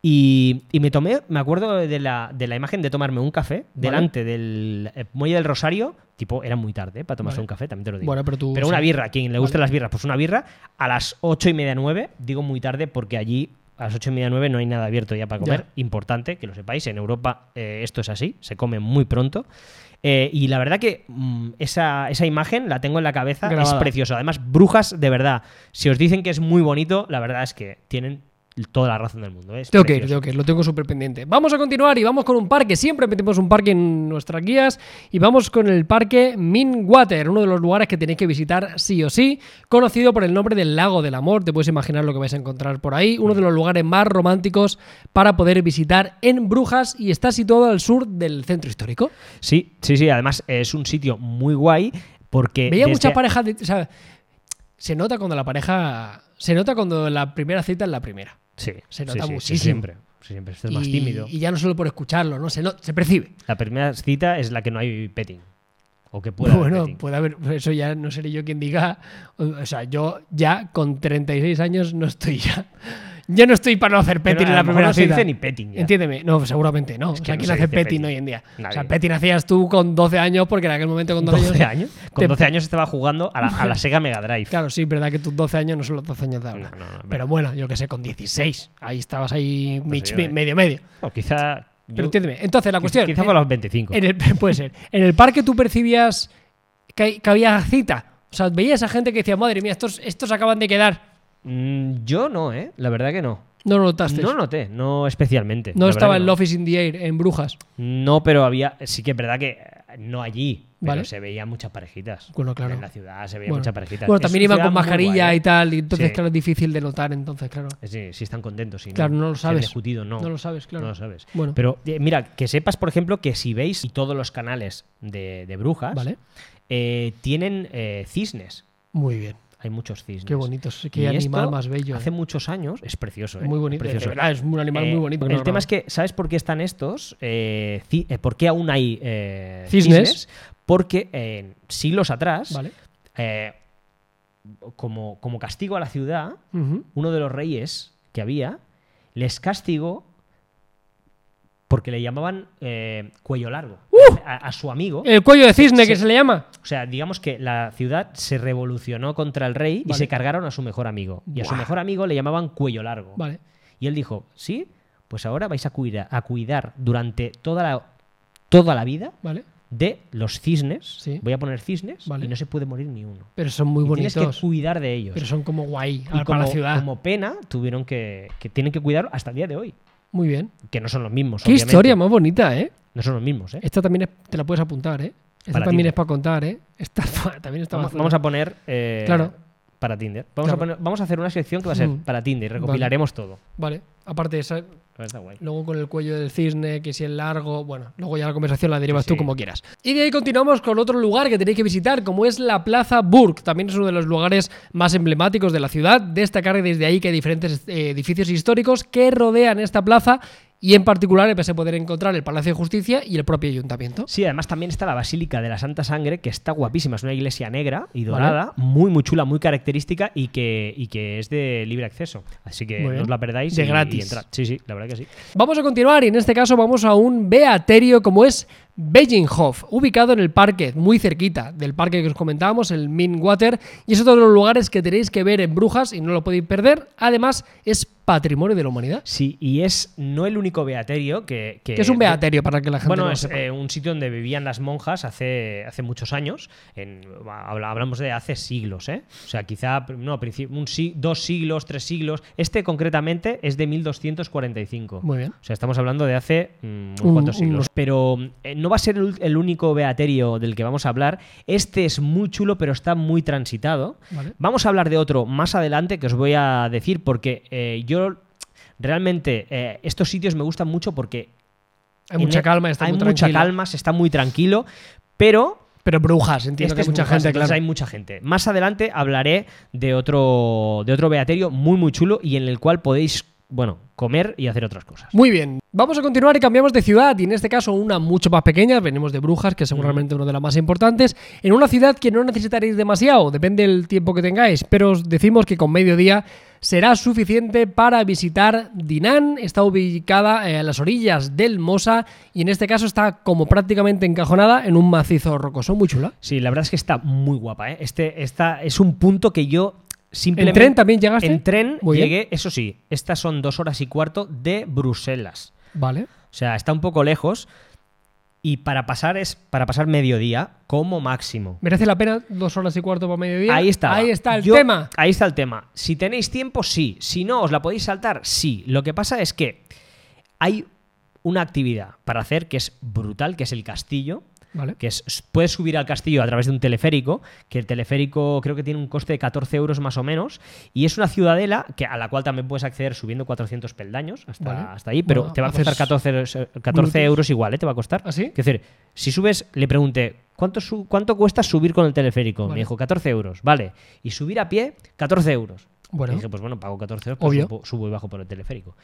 Speaker 1: Y, y me tomé, me acuerdo de la, de la imagen de tomarme un café delante del eh, Muelle del Rosario, tipo, era muy tarde eh, para tomarse
Speaker 2: Vale.
Speaker 1: un café, también te lo digo.
Speaker 2: Bueno, pero tú-
Speaker 1: Pero una
Speaker 2: sí.
Speaker 1: birra, a quien le gusten las birras, pues una birra a las ocho y media, nueve, digo muy tarde porque allí a las ocho y media, nueve no hay nada abierto ya para
Speaker 2: Ya.
Speaker 1: comer importante que lo sepáis. En Europa eh, esto es así, se come muy pronto. Eh, y la verdad que mm, esa, esa imagen la tengo en la cabeza,
Speaker 2: Grabada.
Speaker 1: es precioso. Además, brujas, de verdad, si os dicen que es muy bonito, la verdad es que tienen toda la razón del mundo. Es
Speaker 2: Tengo que ir,
Speaker 1: precioso.
Speaker 2: tengo que ir, lo tengo súper pendiente. Vamos a continuar y vamos con un parque. Siempre metemos un parque en nuestras guías y vamos con el parque Minwater, uno de los lugares que tenéis que visitar sí o sí, conocido por el nombre del Lago del Amor. Te puedes imaginar lo que vais a encontrar por ahí. Uno de los lugares más románticos para poder visitar en Brujas y está situado al sur del centro histórico.
Speaker 1: Sí, sí, sí. Además, es un sitio muy guay porque.
Speaker 2: Veía
Speaker 1: desde-
Speaker 2: muchas parejas. de- o sea, se nota cuando la pareja. Se nota cuando la primera cita es la primera.
Speaker 1: Sí,
Speaker 2: se
Speaker 1: sí,
Speaker 2: nota
Speaker 1: sí, sí,
Speaker 2: muchísimo.
Speaker 1: siempre. Siempre esto es más
Speaker 2: y,
Speaker 1: tímido.
Speaker 2: y ya no solo por escucharlo, ¿no? Se, no- se percibe.
Speaker 1: La primera cita es la que no hay petting. O que pueda haber
Speaker 2: bueno, pues,
Speaker 1: petting.
Speaker 2: puede haber, eso ya no seré yo quien diga, o, o sea, yo ya con 36 años no estoy ya, yo no estoy para no hacer
Speaker 1: Pero
Speaker 2: petting
Speaker 1: a
Speaker 2: en
Speaker 1: lo
Speaker 2: la
Speaker 1: mejor
Speaker 2: primera
Speaker 1: no se
Speaker 2: cita.
Speaker 1: dice ni petting ya.
Speaker 2: Entiéndeme, no, seguramente no. o
Speaker 1: que
Speaker 2: sea,
Speaker 1: no
Speaker 2: ¿quién
Speaker 1: se
Speaker 2: hace
Speaker 1: dice
Speaker 2: petting,
Speaker 1: petting.
Speaker 2: hoy en día? O sea,
Speaker 1: Nadie.
Speaker 2: petting hacías tú con 12 años porque en aquel
Speaker 1: [LAUGHS]
Speaker 2: momento con 12,
Speaker 1: 12
Speaker 2: años... [LAUGHS]
Speaker 1: años. Con
Speaker 2: te-
Speaker 1: 12 años estaba jugando a la, a la Sega Mega Drive.
Speaker 2: [LAUGHS] Claro, sí, verdad que tus 12 años no son los 12 años de ahora.
Speaker 1: No, no, no,
Speaker 2: Pero bueno, yo que sé, con 16, ahí estabas ahí mich-
Speaker 1: yo,
Speaker 2: mi-
Speaker 1: eh.
Speaker 2: medio medio.
Speaker 1: O quizá.
Speaker 2: Pero
Speaker 1: yo-
Speaker 2: entiéndeme, entonces la cuestión...
Speaker 1: Quizá con los 25.
Speaker 2: En el, [LAUGHS] puede ser. En el parque tú percibías que, hay- que había cita. O sea, veías a gente que decía, madre mía, estos, estos acaban de quedar.
Speaker 1: Mm, Yo no, ¿eh? La verdad que no.
Speaker 2: No lo notaste.
Speaker 1: No noté, no especialmente.
Speaker 2: No
Speaker 1: la
Speaker 2: estaba
Speaker 1: verdad
Speaker 2: en
Speaker 1: que
Speaker 2: Love is in the Air, en Brujas.
Speaker 1: No, pero había. Sí que es verdad que eh, no allí. Pero
Speaker 2: Vale.
Speaker 1: se veían muchas parejitas.
Speaker 2: Bueno, claro.
Speaker 1: En la ciudad se veían
Speaker 2: Bueno,
Speaker 1: muchas parejitas.
Speaker 2: bueno,
Speaker 1: Es
Speaker 2: también
Speaker 1: una
Speaker 2: iba con
Speaker 1: ciudad muy
Speaker 2: mascarilla
Speaker 1: guay,
Speaker 2: y
Speaker 1: ¿eh?
Speaker 2: tal, y entonces,
Speaker 1: Sí.
Speaker 2: claro, es difícil de notar, entonces, claro.
Speaker 1: Sí, si están contentos, si
Speaker 2: Claro, no lo
Speaker 1: si han
Speaker 2: sabes.
Speaker 1: discutido, no.
Speaker 2: No lo sabes, claro.
Speaker 1: No lo sabes.
Speaker 2: Bueno.
Speaker 1: Pero eh, mira, que sepas, por ejemplo, que si veis todos los canales de, de brujas,
Speaker 2: Vale.
Speaker 1: eh, tienen eh, cisnes.
Speaker 2: Muy bien.
Speaker 1: Hay muchos cisnes.
Speaker 2: Qué bonitos,
Speaker 1: Y
Speaker 2: qué animal
Speaker 1: esto,
Speaker 2: más bello.
Speaker 1: Hace
Speaker 2: eh.
Speaker 1: muchos años, es precioso. ¿eh?
Speaker 2: muy bonito.
Speaker 1: Precioso.
Speaker 2: De verdad, es un animal
Speaker 1: Eh,
Speaker 2: muy bonito.
Speaker 1: El tema es que, ¿sabes por qué están estos? Eh, ci- eh, ¿Por qué aún hay eh,
Speaker 2: Cisnes.
Speaker 1: Porque eh, siglos atrás,
Speaker 2: Vale.
Speaker 1: eh, como, como castigo a la ciudad,
Speaker 2: Ujú.
Speaker 1: uno de los reyes que había les castigó porque le llamaban eh, cuello largo
Speaker 2: ¡Uh!
Speaker 1: a, a su amigo.
Speaker 2: El cuello de cisne, que
Speaker 1: Sí.
Speaker 2: se le llama.
Speaker 1: O sea, digamos que la ciudad se revolucionó contra el rey y
Speaker 2: Vale.
Speaker 1: se cargaron a su mejor amigo. Y a su
Speaker 2: Buah.
Speaker 1: mejor amigo le llamaban cuello largo.
Speaker 2: Vale.
Speaker 1: Y él dijo, sí, pues ahora vais a, cuida- a cuidar durante toda la, toda la vida
Speaker 2: Vale.
Speaker 1: de los cisnes.
Speaker 2: Sí.
Speaker 1: Voy a poner cisnes
Speaker 2: Vale.
Speaker 1: y no se puede morir ni uno.
Speaker 2: Pero son muy
Speaker 1: Y
Speaker 2: bonitos.
Speaker 1: Tienes que cuidar de ellos.
Speaker 2: Pero son como guay
Speaker 1: y
Speaker 2: ah, para la ciudad.
Speaker 1: como pena tuvieron que, que tienen que cuidarlo hasta el día de hoy.
Speaker 2: Muy bien.
Speaker 1: Que no son los mismos.
Speaker 2: Qué
Speaker 1: obviamente.
Speaker 2: historia más bonita, ¿eh?
Speaker 1: No son los mismos, ¿eh?
Speaker 2: Esta también es- te la puedes apuntar, ¿eh? Esta
Speaker 1: Para
Speaker 2: también
Speaker 1: ti.
Speaker 2: es para contar, ¿eh? Esta [LAUGHS] también está
Speaker 1: Vamos,
Speaker 2: bastante-
Speaker 1: vamos a poner. eh,
Speaker 2: Claro.
Speaker 1: Para Tinder. Vamos,
Speaker 2: Claro.
Speaker 1: a poner- vamos a hacer una sección que va a ser
Speaker 2: Mm.
Speaker 1: para Tinder. Recopilaremos todo.
Speaker 2: Vale. Aparte de esa,
Speaker 1: A ver, está guay.
Speaker 2: luego con el cuello del cisne, que si el largo, bueno, luego ya la conversación la derivas
Speaker 1: Sí,
Speaker 2: tú
Speaker 1: sí.
Speaker 2: como quieras. Y de ahí continuamos con otro lugar que tenéis que visitar, como es la Plaza Burg. También es uno de los lugares más emblemáticos de la ciudad. Destacar desde ahí que hay diferentes eh, edificios históricos que rodean esta plaza y en particular se pueden encontrar el Palacio de Justicia y el propio Ayuntamiento.
Speaker 1: Sí, además también está la Basílica de la Santa Sangre, que está guapísima. Es una iglesia negra y dorada, muy, muy chula, muy característica y que, y que es de libre acceso. Así que
Speaker 2: Muy
Speaker 1: no
Speaker 2: bien.
Speaker 1: os la perdáis.
Speaker 2: De
Speaker 1: y- y
Speaker 2: gratis.
Speaker 1: entrad. Sí, sí, la verdad que sí.
Speaker 2: Vamos a continuar y en este caso vamos a un beaterio como es Bellinghof, ubicado en el parque, muy cerquita del parque que os comentábamos, el Minwater, y es otro de los lugares que tenéis que ver en Brujas y no lo podéis perder. Además, es patrimonio de la humanidad.
Speaker 1: Sí, y es no el único beaterio que. que-
Speaker 2: Que es un beaterio para que la gente
Speaker 1: Eh, Bueno,
Speaker 2: no lo
Speaker 1: es
Speaker 2: sepa.
Speaker 1: eh, un sitio donde vivían las monjas hace, hace muchos años. En, habla- hablamos de hace siglos, ¿eh? O sea, quizá no, princip- un, si- dos siglos, tres siglos. Este concretamente es de 1245.
Speaker 2: Muy bien.
Speaker 1: O sea, estamos hablando de hace mm, unos
Speaker 2: Un-
Speaker 1: cuantos siglos.
Speaker 2: unos-
Speaker 1: Pero eh, no va a ser el, el único beaterio del que vamos a hablar. Este es muy chulo, pero está muy transitado.
Speaker 2: Vale.
Speaker 1: Vamos a hablar de otro más adelante que os voy a decir porque eh, yo realmente eh, estos sitios me gustan mucho porque
Speaker 2: Hay mucha
Speaker 1: en-
Speaker 2: calma, está
Speaker 1: hay
Speaker 2: muy
Speaker 1: mucha
Speaker 2: tranquilo.
Speaker 1: calma, se está muy tranquilo, pero
Speaker 2: Pero Brujas, entiendo
Speaker 1: este
Speaker 2: que hay
Speaker 1: es
Speaker 2: mucha
Speaker 1: Brujas,
Speaker 2: gente,
Speaker 1: entonces
Speaker 2: claro.
Speaker 1: hay mucha gente. Más adelante hablaré de otro de otro beaterio muy muy chulo y en el cual podéis bueno, comer y hacer otras cosas.
Speaker 2: Muy bien, vamos a continuar y cambiamos de ciudad, y en este caso una mucho más pequeña, venimos de Brujas, que es seguramente una de las más importantes, en una ciudad que no necesitaréis demasiado, depende del tiempo que tengáis, pero os decimos que con mediodía será suficiente para visitar Dinan, está ubicada eh, a las orillas del Mosa, y en este caso está como prácticamente encajonada en un macizo rocoso, muy chula.
Speaker 1: Sí, la verdad es que está muy guapa, ¿eh? Este esta es un punto que yo
Speaker 2: ¿En
Speaker 1: simplemente
Speaker 2: tren también llegaste?
Speaker 1: En tren
Speaker 2: Muy bien.
Speaker 1: llegué, eso sí, estas son dos horas y cuarto de Bruselas.
Speaker 2: Vale,
Speaker 1: O sea, está un poco lejos. Y para pasar es para pasar mediodía como máximo.
Speaker 2: merece la pena dos horas y cuarto para mediodía.
Speaker 1: Ahí está.
Speaker 2: Ahí está el
Speaker 1: Yo-
Speaker 2: tema.
Speaker 1: Ahí está el tema. Si tenéis tiempo, sí. Si no, os la podéis saltar, sí. Lo que pasa es que hay una actividad para hacer que es brutal, que es el castillo.
Speaker 2: Vale.
Speaker 1: Que es, puedes subir al castillo a través de un teleférico, que el teleférico creo que tiene un coste de 14 euros más o menos, y es una ciudadela que, a la cual también puedes acceder subiendo 400 peldaños hasta,
Speaker 2: Vale.
Speaker 1: hasta ahí, pero
Speaker 2: Bueno,
Speaker 1: te va a costar
Speaker 2: haces
Speaker 1: 14, euros- eh, 14
Speaker 2: minutos.
Speaker 1: euros igual, ¿eh? Te va a costar.
Speaker 2: ¿Ah, sí?
Speaker 1: Es decir, si subes, le pregunté, ¿cuánto, su- cuánto cuesta subir con el teleférico?
Speaker 2: Vale.
Speaker 1: Me dijo, 14 euros, vale. Y subir a pie, 14 euros.
Speaker 2: Bueno.
Speaker 1: Y dije, pues bueno, pago 14 euros, pero
Speaker 2: Obvio.
Speaker 1: Subo, subo y bajo por el teleférico.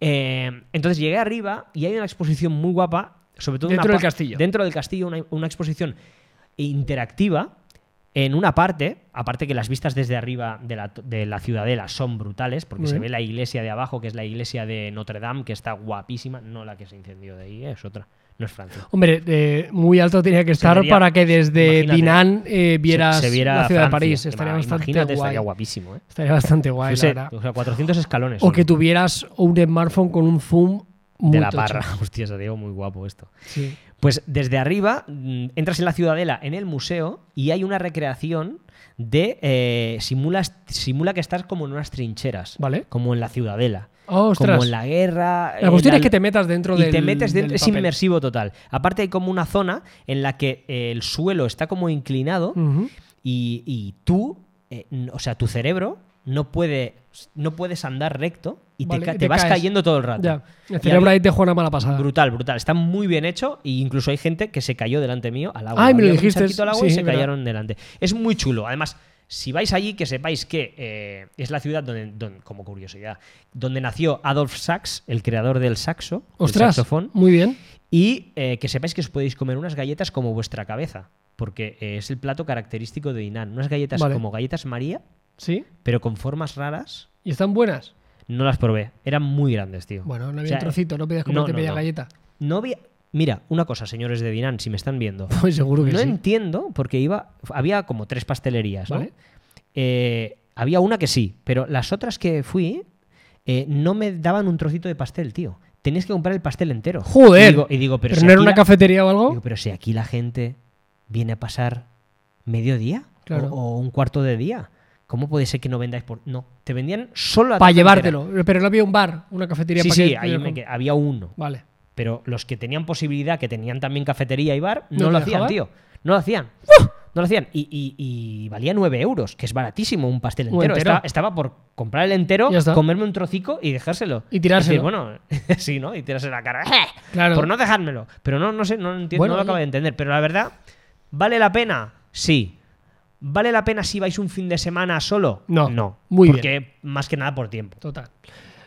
Speaker 1: Eh, entonces llegué arriba y hay una exposición muy guapa, sobre todo
Speaker 2: Dentro
Speaker 1: una
Speaker 2: del
Speaker 1: pa-
Speaker 2: castillo.
Speaker 1: Dentro del castillo, una, una exposición interactiva en una parte, aparte que las vistas desde arriba de la, to- de la ciudadela son brutales, porque
Speaker 2: Muy
Speaker 1: se
Speaker 2: bien.
Speaker 1: ve la iglesia de abajo, que es la iglesia de Notre Dame, que está guapísima, no la que se incendió de ahí, eh, es otra, no es Francia.
Speaker 2: Hombre, eh, muy alto tenía que estar
Speaker 1: vería-
Speaker 2: para que desde
Speaker 1: imagínate.
Speaker 2: Dinan eh, vieras
Speaker 1: se, se viera
Speaker 2: la ciudad
Speaker 1: Francia.
Speaker 2: de París. Estaría
Speaker 1: Ima-
Speaker 2: bastante
Speaker 1: Imagínate,
Speaker 2: guay.
Speaker 1: estaría guapísimo, ¿eh?
Speaker 2: Estaría bastante guay,
Speaker 1: Fuese-
Speaker 2: la verdad.
Speaker 1: o sea, 400 escalones.
Speaker 2: O
Speaker 1: son
Speaker 2: que tuvieras un smartphone con un zoom muy
Speaker 1: de la
Speaker 2: tocho.
Speaker 1: barra. [LAUGHS] Hostia, sería muy guapo esto.
Speaker 2: Sí.
Speaker 1: Pues desde arriba mm, entras en la ciudadela, en el museo, y hay una recreación de. eh, simulas, simula que estás como en unas trincheras.
Speaker 2: Vale.
Speaker 1: Como en la ciudadela.
Speaker 2: Oh, ostras.
Speaker 1: Como en la guerra.
Speaker 2: La
Speaker 1: eh,
Speaker 2: cuestión
Speaker 1: la-
Speaker 2: es que te metas dentro
Speaker 1: y
Speaker 2: del
Speaker 1: te metes dentro,
Speaker 2: del
Speaker 1: es
Speaker 2: papel.
Speaker 1: inmersivo total. Aparte hay como una zona en la que eh, el suelo está como inclinado
Speaker 2: Ujú.
Speaker 1: y, y tú, eh, n- o sea, tu cerebro no puede no puedes andar recto y
Speaker 2: Vale,
Speaker 1: te, ca-
Speaker 2: y
Speaker 1: te
Speaker 2: te
Speaker 1: vas
Speaker 2: caes.
Speaker 1: cayendo todo el rato.
Speaker 2: Ya.
Speaker 1: Y
Speaker 2: El cerebro
Speaker 1: había-
Speaker 2: ahí te juega una mala pasada.
Speaker 1: Brutal, brutal. Está muy bien hecho e incluso hay gente que se cayó delante mío al agua.
Speaker 2: Ay, me lo
Speaker 1: Había un
Speaker 2: dijiste,
Speaker 1: charquito al agua y
Speaker 2: sí,
Speaker 1: se
Speaker 2: es verdad.
Speaker 1: cayeron delante. Es muy chulo. Además, Si vais allí, que sepáis que eh, es la ciudad donde, donde- como curiosidad, donde nació Adolf Sachs, el creador del saxo, del
Speaker 2: Ostras,
Speaker 1: saxofón.
Speaker 2: muy bien.
Speaker 1: Y eh, que sepáis que os podéis comer unas galletas como vuestra cabeza, porque eh, es el plato característico de Inán. Unas galletas
Speaker 2: Vale.
Speaker 1: como galletas María,
Speaker 2: Sí.
Speaker 1: pero con formas raras.
Speaker 2: ¿Y están buenas?
Speaker 1: No las probé. Eran muy grandes, tío.
Speaker 2: Bueno, no había
Speaker 1: O sea,
Speaker 2: trocito, no podías
Speaker 1: no,
Speaker 2: comerte
Speaker 1: no,
Speaker 2: media
Speaker 1: no.
Speaker 2: galleta. [LAUGHS]
Speaker 1: No había... Mira, una cosa, señores de Dinan, si me están viendo.
Speaker 2: Pues seguro que
Speaker 1: No
Speaker 2: sí.
Speaker 1: entiendo, porque iba. Había como tres pastelerías, ¿no?
Speaker 2: Vale.
Speaker 1: Eh, había una que sí, pero las otras que fui eh, no me daban un trocito de pastel, tío. Tenías que comprar el pastel entero. Y
Speaker 2: Joder.
Speaker 1: digo, y digo, pero,
Speaker 2: ¿Pero
Speaker 1: si
Speaker 2: no era
Speaker 1: aquí
Speaker 2: una
Speaker 1: la-
Speaker 2: cafetería o algo?
Speaker 1: Digo, pero si aquí la gente viene a pasar mediodía
Speaker 2: Claro.
Speaker 1: o, o un cuarto de día, ¿cómo puede ser que no vendáis por.? No, te vendían solo la
Speaker 2: Para
Speaker 1: tarde
Speaker 2: llevártelo. Pero no había un bar, una cafetería
Speaker 1: entera. Sí,
Speaker 2: para
Speaker 1: sí,
Speaker 2: que-
Speaker 1: ahí me quedé. había uno.
Speaker 2: Vale.
Speaker 1: Pero los que tenían posibilidad, que tenían también cafetería y bar,
Speaker 2: ¿No
Speaker 1: no,
Speaker 2: te
Speaker 1: lo hacían,
Speaker 2: dejaban?
Speaker 1: tío. No lo hacían. No lo hacían. Y, y- y valía 9 euros, que es baratísimo un pastel
Speaker 2: Un
Speaker 1: entero.
Speaker 2: entero.
Speaker 1: Esta- estaba por comprar el entero,
Speaker 2: Ya está.
Speaker 1: comerme un trocico y dejárselo.
Speaker 2: Y tirárselo.
Speaker 1: Es decir, bueno, [LAUGHS] sí, ¿no? Y tirarse la cara. "Eh,
Speaker 2: Claro.
Speaker 1: Por no dejármelo. Pero no, no sé, no, entiendo,
Speaker 2: Bueno,
Speaker 1: no lo
Speaker 2: oye.
Speaker 1: acabo de entender. Pero la verdad, ¿vale la pena? Sí. ¿Vale la pena si vais un fin de semana solo?
Speaker 2: No.
Speaker 1: No.
Speaker 2: Muy bien.
Speaker 1: Porque más que nada por tiempo.
Speaker 2: Total.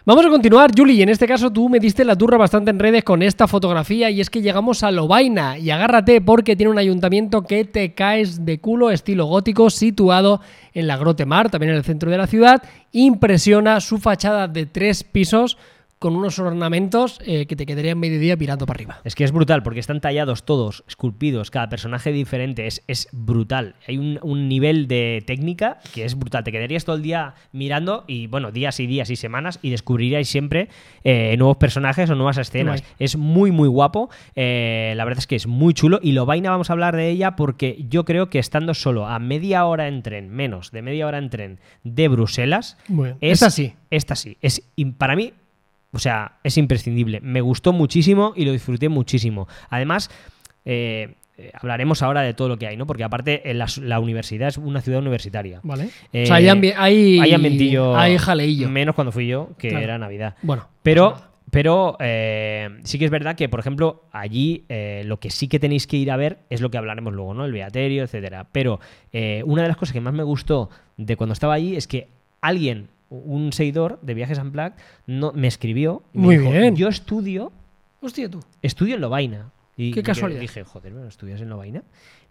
Speaker 2: Vamos a continuar, Juli, y en este caso tú me diste la turra bastante en redes con esta fotografía y es que llegamos a Lobaina y agárrate porque tiene un ayuntamiento que te caes de culo estilo gótico situado en la Grotemar, también en el centro de la ciudad, impresiona su fachada de tres pisos con unos ornamentos eh, que te quedarían mediodía mirando para arriba.
Speaker 1: Es que es brutal porque están tallados todos, esculpidos, cada personaje diferente, es, es brutal. Hay un, un nivel de técnica que es brutal. Te quedarías todo el día mirando y, bueno, días y días y semanas y descubriríais siempre eh, nuevos personajes o nuevas escenas.
Speaker 2: Guay.
Speaker 1: Es muy, muy guapo. eh, la verdad es que es muy chulo y Lobaina vamos a hablar de ella porque yo creo que estando solo a media hora en tren, menos de media hora en tren de Bruselas,
Speaker 2: Bueno,
Speaker 1: es,
Speaker 2: esta sí.
Speaker 1: Esta sí. Es, im- para mí, o sea, es imprescindible. Me gustó muchísimo y lo disfruté muchísimo. Además, eh, eh, hablaremos ahora de todo lo que hay, ¿no? Porque aparte, eh, la, s- la universidad es una ciudad universitaria.
Speaker 2: ¿Vale?
Speaker 1: Eh,
Speaker 2: o sea, hay, ambi- hay,
Speaker 1: hay ambientillo.
Speaker 2: hay jaleillo.
Speaker 1: Menos cuando fui yo, que
Speaker 2: Claro.
Speaker 1: era Navidad.
Speaker 2: Bueno,
Speaker 1: Pero, pero eh, sí que es verdad que, por ejemplo, allí eh, lo que sí que tenéis que ir a ver es lo que hablaremos luego, ¿no? El beaterio, etcétera. Pero eh, una de las cosas que más me gustó de cuando estaba allí es que alguien, un seguidor de Viajes Unplugged, no, me escribió y me
Speaker 2: Muy
Speaker 1: dijo,
Speaker 2: bien.
Speaker 1: yo estudio,
Speaker 2: hostia tú.
Speaker 1: estudio en Lovaina. Y
Speaker 2: Qué
Speaker 1: y que-
Speaker 2: casualidad.
Speaker 1: Dije, joder, bueno, ¿estudias en Lovaina?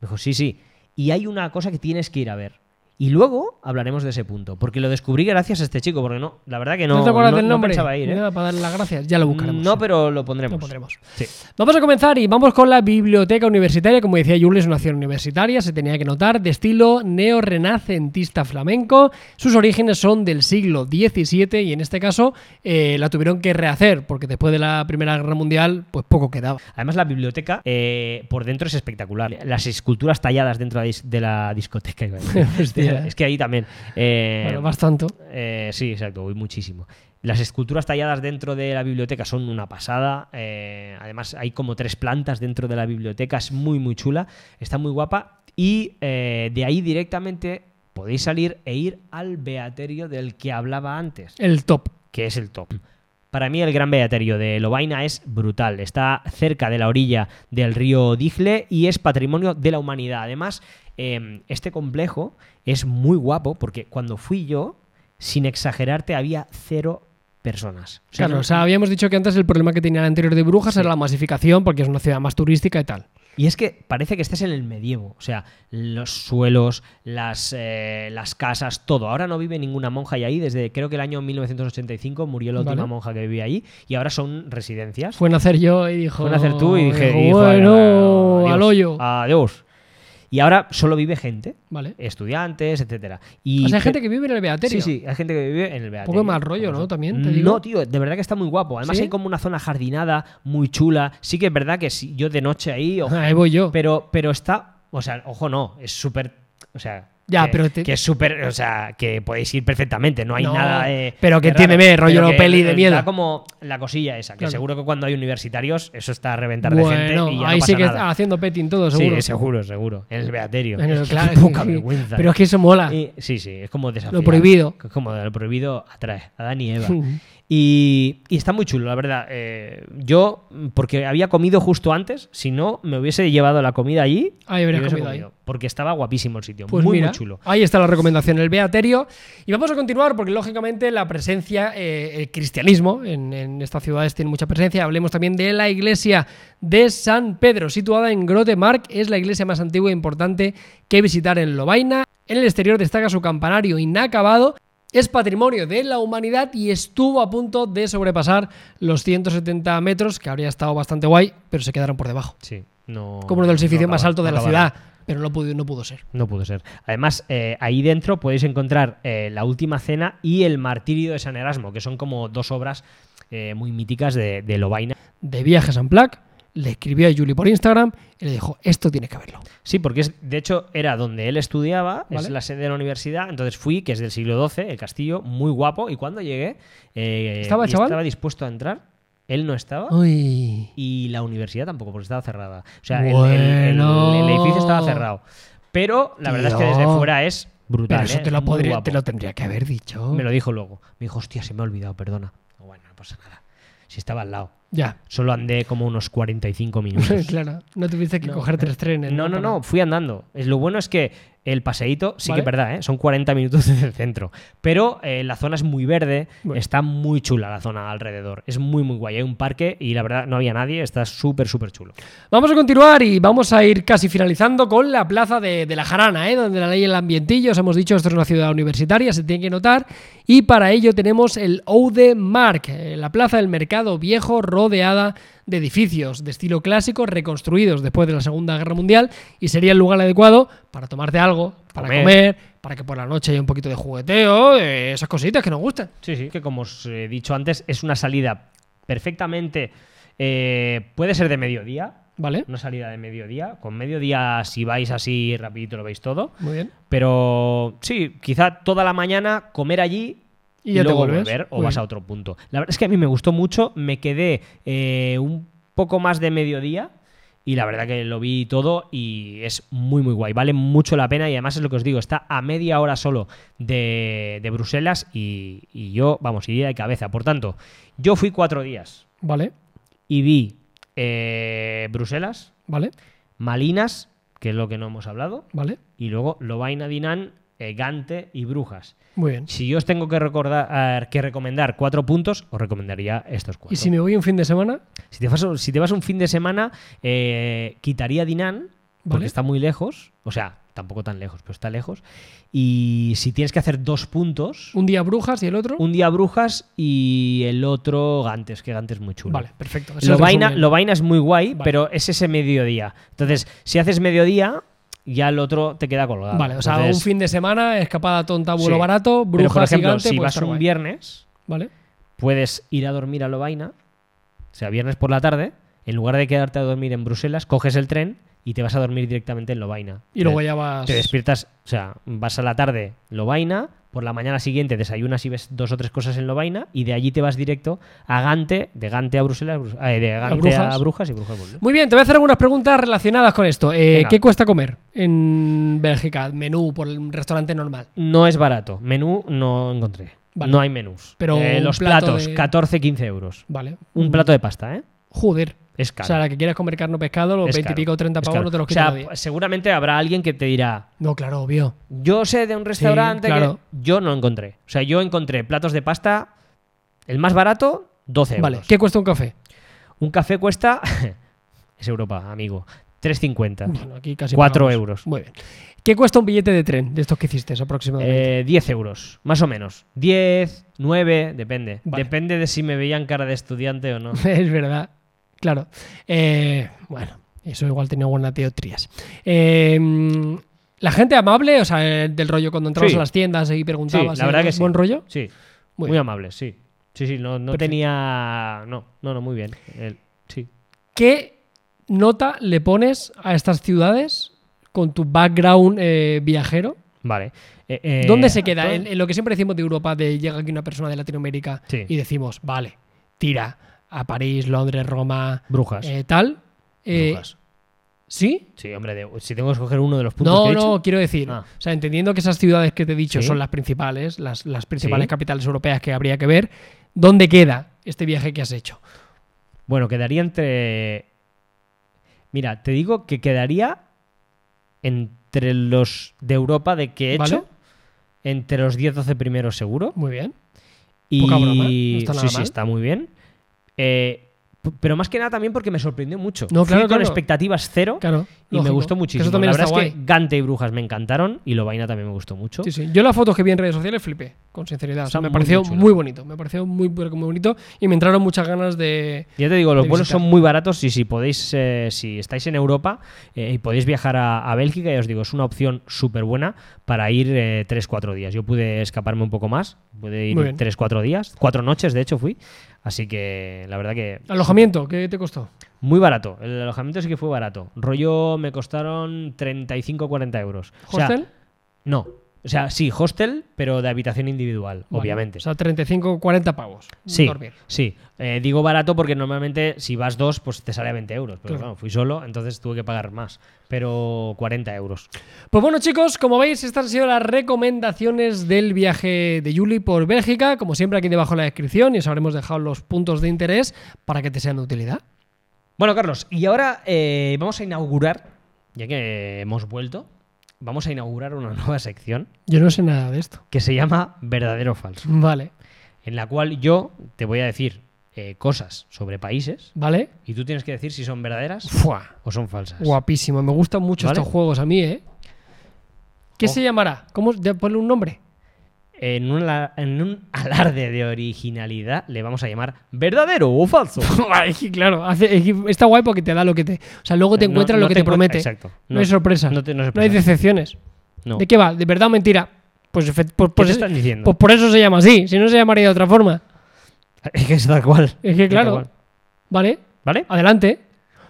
Speaker 1: Me dijo, sí, sí. Y hay una cosa que tienes que ir a ver. Y luego hablaremos de ese punto, porque lo descubrí gracias a este chico, porque no, la verdad que
Speaker 2: ¿No,
Speaker 1: no,
Speaker 2: te acuerdas
Speaker 1: no-
Speaker 2: del
Speaker 1: no
Speaker 2: nombre?
Speaker 1: pensaba ir, ¿eh?
Speaker 2: Nada, para darle las gracias, ya lo buscaremos.
Speaker 1: No, pero lo pondremos.
Speaker 2: Lo pondremos.
Speaker 1: Sí.
Speaker 2: Vamos a comenzar y vamos con la biblioteca universitaria. Como decía Jules, es una ciudad universitaria, se tenía que notar, de estilo neorrenacentista flamenco. Sus orígenes son del siglo XVII y en este caso eh, la tuvieron que rehacer porque después de la Primera Guerra Mundial, pues poco quedaba.
Speaker 1: Además, la biblioteca eh, por dentro es espectacular. Las esculturas talladas dentro de la dis- de la
Speaker 2: [LAUGHS]
Speaker 1: discoteca. iba a decir.
Speaker 2: Hostia.
Speaker 1: es que ahí también. eh,
Speaker 2: Bueno, bastante.
Speaker 1: eh, sí, exacto, voy muchísimo. Las esculturas talladas dentro de la biblioteca son una pasada. eh, además, hay como tres plantas dentro de la biblioteca. Es muy, muy chula. Está muy guapa. Y eh, de ahí directamente podéis salir e ir al beaterio del que hablaba antes.
Speaker 2: El top.
Speaker 1: que es el top. Para mí el gran beaterio de Lobaina es brutal. Está cerca de la orilla del río Digle y es patrimonio de la humanidad. Además, eh, este complejo es muy guapo porque cuando fui yo, sin exagerarte, había cero personas. O sea,
Speaker 2: Claro,
Speaker 1: no-
Speaker 2: o sea, habíamos dicho que antes el problema que tenía el anterior de Brujas
Speaker 1: Sí.
Speaker 2: era la masificación porque es una ciudad más turística y tal.
Speaker 1: Y es que parece que estés en el medievo. O sea, los suelos, las, eh, las casas, todo. Ahora no vive ninguna monja ahí. Desde creo que el año 1985 murió la última
Speaker 2: Vale.
Speaker 1: monja que vivía ahí. Y ahora son residencias.
Speaker 2: Fue nacer yo y dijo.
Speaker 1: Fue nacer tú y dije,
Speaker 2: dijo,
Speaker 1: dijo,
Speaker 2: bueno, al hoyo.
Speaker 1: Ah, Adiós. Y ahora solo vive gente,
Speaker 2: Vale.
Speaker 1: estudiantes, etcétera. Y
Speaker 2: O sea, hay
Speaker 1: pe-
Speaker 2: gente que vive en el
Speaker 1: Sí,
Speaker 2: Beaterio.
Speaker 1: sí, hay gente que vive en el Beaterio.
Speaker 2: mal rollo,
Speaker 1: como
Speaker 2: ¿no?
Speaker 1: son.
Speaker 2: También, te digo.
Speaker 1: No, tío, de verdad que está muy guapo. Además
Speaker 2: ¿Sí?
Speaker 1: hay como una zona jardinada muy chula. Sí que es verdad que si yo de noche ahí, ojo,
Speaker 2: Ahí voy yo.
Speaker 1: pero, pero está, o sea, ojo, no, es súper, o sea,
Speaker 2: Ya,
Speaker 1: que,
Speaker 2: pero te-
Speaker 1: que es súper, o sea, que podéis ir perfectamente, no hay
Speaker 2: No,
Speaker 1: nada de,
Speaker 2: pero que
Speaker 1: de raro.
Speaker 2: entiéndeme, rollo
Speaker 1: Pero que
Speaker 2: peli de
Speaker 1: está
Speaker 2: miedo.
Speaker 1: como la cosilla esa, que
Speaker 2: Claro.
Speaker 1: seguro que cuando hay universitarios eso está a reventar
Speaker 2: Bueno,
Speaker 1: de gente y ya
Speaker 2: ahí
Speaker 1: no pasa
Speaker 2: sí que
Speaker 1: nada.
Speaker 2: haciendo petting todo, seguro.
Speaker 1: Sí, seguro, seguro, en el beaterio. [LAUGHS]
Speaker 2: Bueno,
Speaker 1: Qué
Speaker 2: claro,
Speaker 1: poca
Speaker 2: sí, sí.
Speaker 1: vergüenza.
Speaker 2: Pero es que eso mola.
Speaker 1: Y- sí, sí, es como desafío.
Speaker 2: Lo Ah. prohibido.
Speaker 1: Es como lo prohibido atrae, Adán y Eva. Y, y está muy chulo, la verdad. Eh, yo, porque había comido justo antes, si no, me hubiese llevado la comida allí.
Speaker 2: Ahí
Speaker 1: y
Speaker 2: habrías
Speaker 1: hubiese
Speaker 2: comido ahí.
Speaker 1: Porque estaba guapísimo el sitio,
Speaker 2: Pues
Speaker 1: muy,
Speaker 2: mira,
Speaker 1: muy chulo.
Speaker 2: Ahí está la recomendación, el Beaterio. Y vamos a continuar porque, lógicamente, la presencia, eh, el cristianismo en, en estas ciudades tiene mucha presencia. Hablemos también de la iglesia de San Pedro, situada en Grotemark. Es la iglesia más antigua e importante que visitar en Lovaina. En el exterior destaca su campanario inacabado. Es patrimonio de la humanidad y estuvo a punto de sobrepasar los 170 metros, que habría estado bastante guay, pero se quedaron por debajo.
Speaker 1: Sí, no.
Speaker 2: Como uno de los
Speaker 1: no
Speaker 2: edificios más
Speaker 1: acaba-
Speaker 2: altos de
Speaker 1: no
Speaker 2: la
Speaker 1: acaba nada.
Speaker 2: ciudad, pero no pudo, no pudo ser.
Speaker 1: No pudo ser. Además, eh, ahí dentro podéis encontrar eh, La Última Cena y El Martirio de San Erasmo, que son como dos obras eh, muy míticas de, de Lobaina.
Speaker 2: de viajes en Black, le escribió a Julie por Instagram y le dijo, esto tiene que verlo.
Speaker 1: Sí, porque es, de hecho era donde él estudiaba, es
Speaker 2: Vale.
Speaker 1: la sede de la universidad, entonces fui, que es del siglo XII, el castillo, muy guapo, y cuando llegué eh,
Speaker 2: ¿Estaba el
Speaker 1: y
Speaker 2: chaval? Ah.
Speaker 1: estaba dispuesto a entrar, él no estaba.
Speaker 2: Uy.
Speaker 1: Y la universidad tampoco, porque estaba cerrada. O sea, el- el, el-
Speaker 2: Bueno.
Speaker 1: el edificio estaba cerrado. Pero la verdad es que desde
Speaker 2: Tío.
Speaker 1: fuera es brutal.
Speaker 2: Pero eso
Speaker 1: ¿eh?
Speaker 2: te lo,
Speaker 1: Muy
Speaker 2: podría-
Speaker 1: guapo.
Speaker 2: te lo tendría que haber dicho.
Speaker 1: Me lo dijo luego. Me dijo, hostia, se me ha olvidado, perdona. Digo, Bueno, no pasa nada. Si estaba al lado. [LAUGHS]
Speaker 2: Ya.
Speaker 1: Solo andé como unos 45
Speaker 2: [LAUGHS]
Speaker 1: minutos.
Speaker 2: claro, no tuviste que coger tres trenes.
Speaker 1: No, no, no, fui andando. Es Lo bueno es que el paseíto, sí
Speaker 2: Vale.
Speaker 1: que es verdad, ¿eh? son 40 minutos [LAUGHS] desde el centro. Pero eh, la zona es muy verde,
Speaker 2: Bueno.
Speaker 1: está muy chula la zona alrededor. Es muy, muy guay. Hay un parque y la verdad no había nadie, está súper, súper chulo.
Speaker 2: Vamos a continuar y vamos a ir casi finalizando con la plaza de, de la Jarana, ¿eh? donde la ley y el ambientillo, os hemos dicho, esto es una ciudad universitaria, se tiene que notar, y para ello tenemos el Oude Mark, eh, la plaza del mercado viejo rodeada de edificios de estilo clásico reconstruidos después de la Segunda Guerra Mundial y sería el lugar adecuado para tomarte algo, para comer,
Speaker 1: Comer.
Speaker 2: para que por la noche haya un poquito de jugueteo, eh, esas cositas que nos gustan.
Speaker 1: Sí, sí, que como os he dicho antes, es una salida perfectamente... eh, puede ser de mediodía,
Speaker 2: ¿Vale?
Speaker 1: una salida de mediodía. Con mediodía, si vais así rapidito, lo veis todo.
Speaker 2: Muy bien.
Speaker 1: Pero sí, quizá toda la mañana comer allí
Speaker 2: Y
Speaker 1: y,
Speaker 2: ya te
Speaker 1: luego
Speaker 2: vuelves.
Speaker 1: volver o
Speaker 2: Muy
Speaker 1: vas
Speaker 2: bien.
Speaker 1: a otro punto. La verdad es que a mí me gustó mucho, me quedé eh, un poco más de mediodía y la verdad que lo vi todo y es muy muy guay, vale mucho la pena y además es lo que os digo, está a media hora solo de, de Bruselas y, y yo, vamos, iría de cabeza. Por tanto, yo fui cuatro días
Speaker 2: ¿Vale?
Speaker 1: y vi eh, Bruselas,
Speaker 2: ¿Vale?
Speaker 1: Malinas, que es lo que no hemos hablado,
Speaker 2: ¿Vale?
Speaker 1: y luego Lobaina Dinan, eh, Gante y Brujas.
Speaker 2: Muy bien.
Speaker 1: Si yo os tengo que, recordar, que recomendar cuatro puntos, os recomendaría estos cuatro.
Speaker 2: ¿Y si me voy un fin de semana?
Speaker 1: Si te, vas, si te vas un fin de semana, eh, quitaría Dinan,
Speaker 2: Vale.
Speaker 1: porque está muy lejos. O sea, tampoco tan lejos, pero está lejos. Y si tienes que hacer dos puntos,
Speaker 2: Un día brujas y el otro.
Speaker 1: un día Brujas y el otro Gantes, que Gantes es muy chulo.
Speaker 2: Vale, perfecto. Eso lo
Speaker 1: Lovaina,
Speaker 2: resumen.
Speaker 1: Lovaina es muy guay,
Speaker 2: Vale.
Speaker 1: pero es ese mediodía. Entonces, si haces mediodía, ya el otro te queda colgado.
Speaker 2: Vale, o sea,
Speaker 1: Entonces,
Speaker 2: un fin de semana, escapada tonta, vuelo
Speaker 1: Sí.
Speaker 2: barato, bruja
Speaker 1: Pero, por ejemplo,
Speaker 2: gigante,
Speaker 1: si
Speaker 2: puede
Speaker 1: vas
Speaker 2: estar
Speaker 1: un
Speaker 2: guay.
Speaker 1: viernes,
Speaker 2: Vale,
Speaker 1: puedes ir a dormir a Lovaina, o sea, viernes por la tarde, en lugar de quedarte a dormir en Bruselas, coges el tren y te vas a dormir directamente en Lovaina.
Speaker 2: y luego
Speaker 1: Te-
Speaker 2: ya vas.
Speaker 1: Te despiertas, o sea, vas a la tarde Lovaina, por la mañana siguiente desayunas y ves dos o tres cosas en Lovaina y de allí te vas directo a Gante, de Gante a Bruselas, Brus- eh, de Gante a Brujas,
Speaker 2: Brujas.
Speaker 1: y Brujas vuelve.
Speaker 2: Muy bien, te voy a hacer algunas preguntas relacionadas con esto. Eh,
Speaker 1: Venga.
Speaker 2: ¿Qué cuesta comer en Bélgica? Menú por un restaurante normal.
Speaker 1: No es barato, menú no encontré.
Speaker 2: Vale.
Speaker 1: No hay menús.
Speaker 2: Pero
Speaker 1: Eh,
Speaker 2: un
Speaker 1: los
Speaker 2: plato
Speaker 1: platos,
Speaker 2: de-
Speaker 1: 14-15 euros.
Speaker 2: Vale.
Speaker 1: Un plato de pasta, ¿eh?
Speaker 2: Joder.
Speaker 1: Es caro.
Speaker 2: O sea, la que quieras comer carne o pescado, los
Speaker 1: Es
Speaker 2: 20
Speaker 1: caro,
Speaker 2: y pico, 30
Speaker 1: es
Speaker 2: pavos
Speaker 1: caro.
Speaker 2: no te los
Speaker 1: O
Speaker 2: quita
Speaker 1: sea,
Speaker 2: nadie.
Speaker 1: pues, seguramente habrá alguien que te dirá,
Speaker 2: No, claro, obvio.
Speaker 1: yo sé de un restaurante
Speaker 2: claro.
Speaker 1: que yo no encontré. O sea, yo encontré platos de pasta, el más barato, 12 euros.
Speaker 2: Vale, ¿qué cuesta un café?
Speaker 1: Un café cuesta, [LAUGHS] es Europa, amigo, 3,50.
Speaker 2: Bueno, aquí casi.
Speaker 1: 4
Speaker 2: pagamos.
Speaker 1: euros.
Speaker 2: Muy bien. ¿Qué cuesta un billete de tren de estos que hiciste aproximadamente?
Speaker 1: Eh, 10 euros, más o menos. 10, 9, depende.
Speaker 2: Vale.
Speaker 1: Depende de si me veían cara de estudiante o no.
Speaker 2: [LAUGHS] Es verdad, claro. Eh, bueno, eso igual tenía buena teorías. la gente amable, o sea, eh, del rollo cuando entrabas
Speaker 1: Sí.
Speaker 2: a las tiendas y preguntabas,
Speaker 1: Sí, la verdad
Speaker 2: ¿eh?
Speaker 1: que sí.
Speaker 2: buen rollo.
Speaker 1: Sí,
Speaker 2: Muy
Speaker 1: muy,
Speaker 2: bien.
Speaker 1: amable, sí. Sí, sí, no, no
Speaker 2: Perfecto.
Speaker 1: tenía... No, no, no, muy bien. El- Sí.
Speaker 2: ¿Qué nota le pones a estas ciudades con tu background eh, viajero?
Speaker 1: Vale. Eh, eh,
Speaker 2: ¿Dónde se queda?
Speaker 1: todo-
Speaker 2: En, en lo que siempre decimos de Europa, de llega aquí una persona de Latinoamérica
Speaker 1: Sí.
Speaker 2: y decimos, vale, tira a París, Londres, Roma,
Speaker 1: Brujas.
Speaker 2: eh, tal. Eh,
Speaker 1: Brujas.
Speaker 2: ¿Sí?
Speaker 1: Sí, hombre, de- si tengo que escoger uno de los puntos que
Speaker 2: No,
Speaker 1: he dicho.
Speaker 2: no, quiero decir.
Speaker 1: Ah.
Speaker 2: O sea, entendiendo que esas ciudades que te he dicho
Speaker 1: Sí.
Speaker 2: son las principales, las, las principales
Speaker 1: Sí.
Speaker 2: capitales europeas que habría que ver, ¿dónde queda este viaje que has hecho?
Speaker 1: Bueno, quedaría entre. Mira, te digo que quedaría entre los de Europa de que he
Speaker 2: ¿Vale?
Speaker 1: hecho. Entre los 10-12 primeros, seguro.
Speaker 2: Muy bien.
Speaker 1: Y...
Speaker 2: Poca broma, ¿eh? No está nada
Speaker 1: sí, sí,
Speaker 2: mal.
Speaker 1: está muy bien. Eh, p- pero más que nada también porque me sorprendió mucho.
Speaker 2: No,
Speaker 1: Fui
Speaker 2: claro,
Speaker 1: con
Speaker 2: claro.
Speaker 1: expectativas cero
Speaker 2: Claro.
Speaker 1: y me
Speaker 2: lógico.
Speaker 1: gustó
Speaker 2: Que
Speaker 1: muchísimo.
Speaker 2: Eso también
Speaker 1: la
Speaker 2: está
Speaker 1: verdad
Speaker 2: guay.
Speaker 1: es que Gante y Brujas me encantaron y Lobaina también me gustó mucho.
Speaker 2: Sí, sí. Yo las fotos que vi en redes sociales flipé, con sinceridad. O sea,
Speaker 1: Está
Speaker 2: me
Speaker 1: muy,
Speaker 2: pareció
Speaker 1: muy
Speaker 2: muy,
Speaker 1: chulo.
Speaker 2: bonito. Me pareció muy, pero que muy bonito y me entraron muchas ganas de.
Speaker 1: Ya te digo,
Speaker 2: de
Speaker 1: los vuelos
Speaker 2: visitar.
Speaker 1: son muy baratos y si podéis, eh, si estáis en Europa eh, y podéis viajar a, a Bélgica, ya os digo, es una opción súper buena para ir 3-4 días. Yo pude escaparme un poco más, pude ir
Speaker 2: Muy bien.
Speaker 1: 3-4 días, 4 noches de hecho fui, así que la verdad que
Speaker 2: Alojamiento, ¿qué te costó?
Speaker 1: muy barato. El alojamiento sí que fue barato. Rollo me costaron 35-40 euros. O sea,
Speaker 2: ¿Hostel?
Speaker 1: no. O sea, sí, hostel, pero de habitación individual,
Speaker 2: Vale.
Speaker 1: obviamente.
Speaker 2: O sea, 35, 40 pavos.
Speaker 1: Sí,
Speaker 2: Dormir.
Speaker 1: sí. Eh, digo barato porque normalmente si vas dos, pues te sale a 20 euros. Pero
Speaker 2: Claro.
Speaker 1: claro, fui solo, entonces tuve que pagar más. Pero 40 euros.
Speaker 2: Pues bueno, chicos, como veis, estas han sido las recomendaciones del viaje de Juli por Bélgica. Como siempre, aquí debajo en la descripción y os habremos dejado los puntos de interés para que te sean de utilidad.
Speaker 1: Bueno, Carlos, y ahora eh, vamos a inaugurar, ya que hemos vuelto, vamos a inaugurar una [LAUGHS] nueva sección
Speaker 2: Yo no sé nada de esto.
Speaker 1: que se llama Verdadero o Falso,
Speaker 2: Vale,
Speaker 1: en la cual yo te voy a decir eh, cosas sobre países
Speaker 2: vale.
Speaker 1: y tú tienes que decir si son verdaderas
Speaker 2: Fua,
Speaker 1: o son falsas.
Speaker 2: guapísimo. Me gustan mucho
Speaker 1: Pues Vale.
Speaker 2: estos juegos a mí, ¿eh? ¿Qué
Speaker 1: Oh.
Speaker 2: se llamará? ¿Cómo? de- Ponle un nombre. [LAUGHS]
Speaker 1: En un, ala- en un [LAUGHS] alarde de originalidad le vamos a llamar verdadero o falso.
Speaker 2: Es que, claro, hace- es que está guay porque te da lo que te. O sea, luego te
Speaker 1: Eh, No-
Speaker 2: encuentras
Speaker 1: no
Speaker 2: lo que
Speaker 1: te
Speaker 2: te,
Speaker 1: encuent-
Speaker 2: promete.
Speaker 1: exacto.
Speaker 2: No,
Speaker 1: No-
Speaker 2: hay sorpresa.
Speaker 1: no te- no es
Speaker 2: hay
Speaker 1: sorpresa.
Speaker 2: decepciones.
Speaker 1: No.
Speaker 2: ¿De qué va? ¿De verdad o mentira? Pues, efe- pues,
Speaker 1: ¿Qué
Speaker 2: pues
Speaker 1: te
Speaker 2: es-
Speaker 1: están diciendo?
Speaker 2: Pues por eso se llama así, si no se llamaría de otra forma.
Speaker 1: [LAUGHS] Es que es tal cual.
Speaker 2: Es
Speaker 1: Tal
Speaker 2: que claro.
Speaker 1: cual.
Speaker 2: Vale,
Speaker 1: ¿Vale?
Speaker 2: adelante.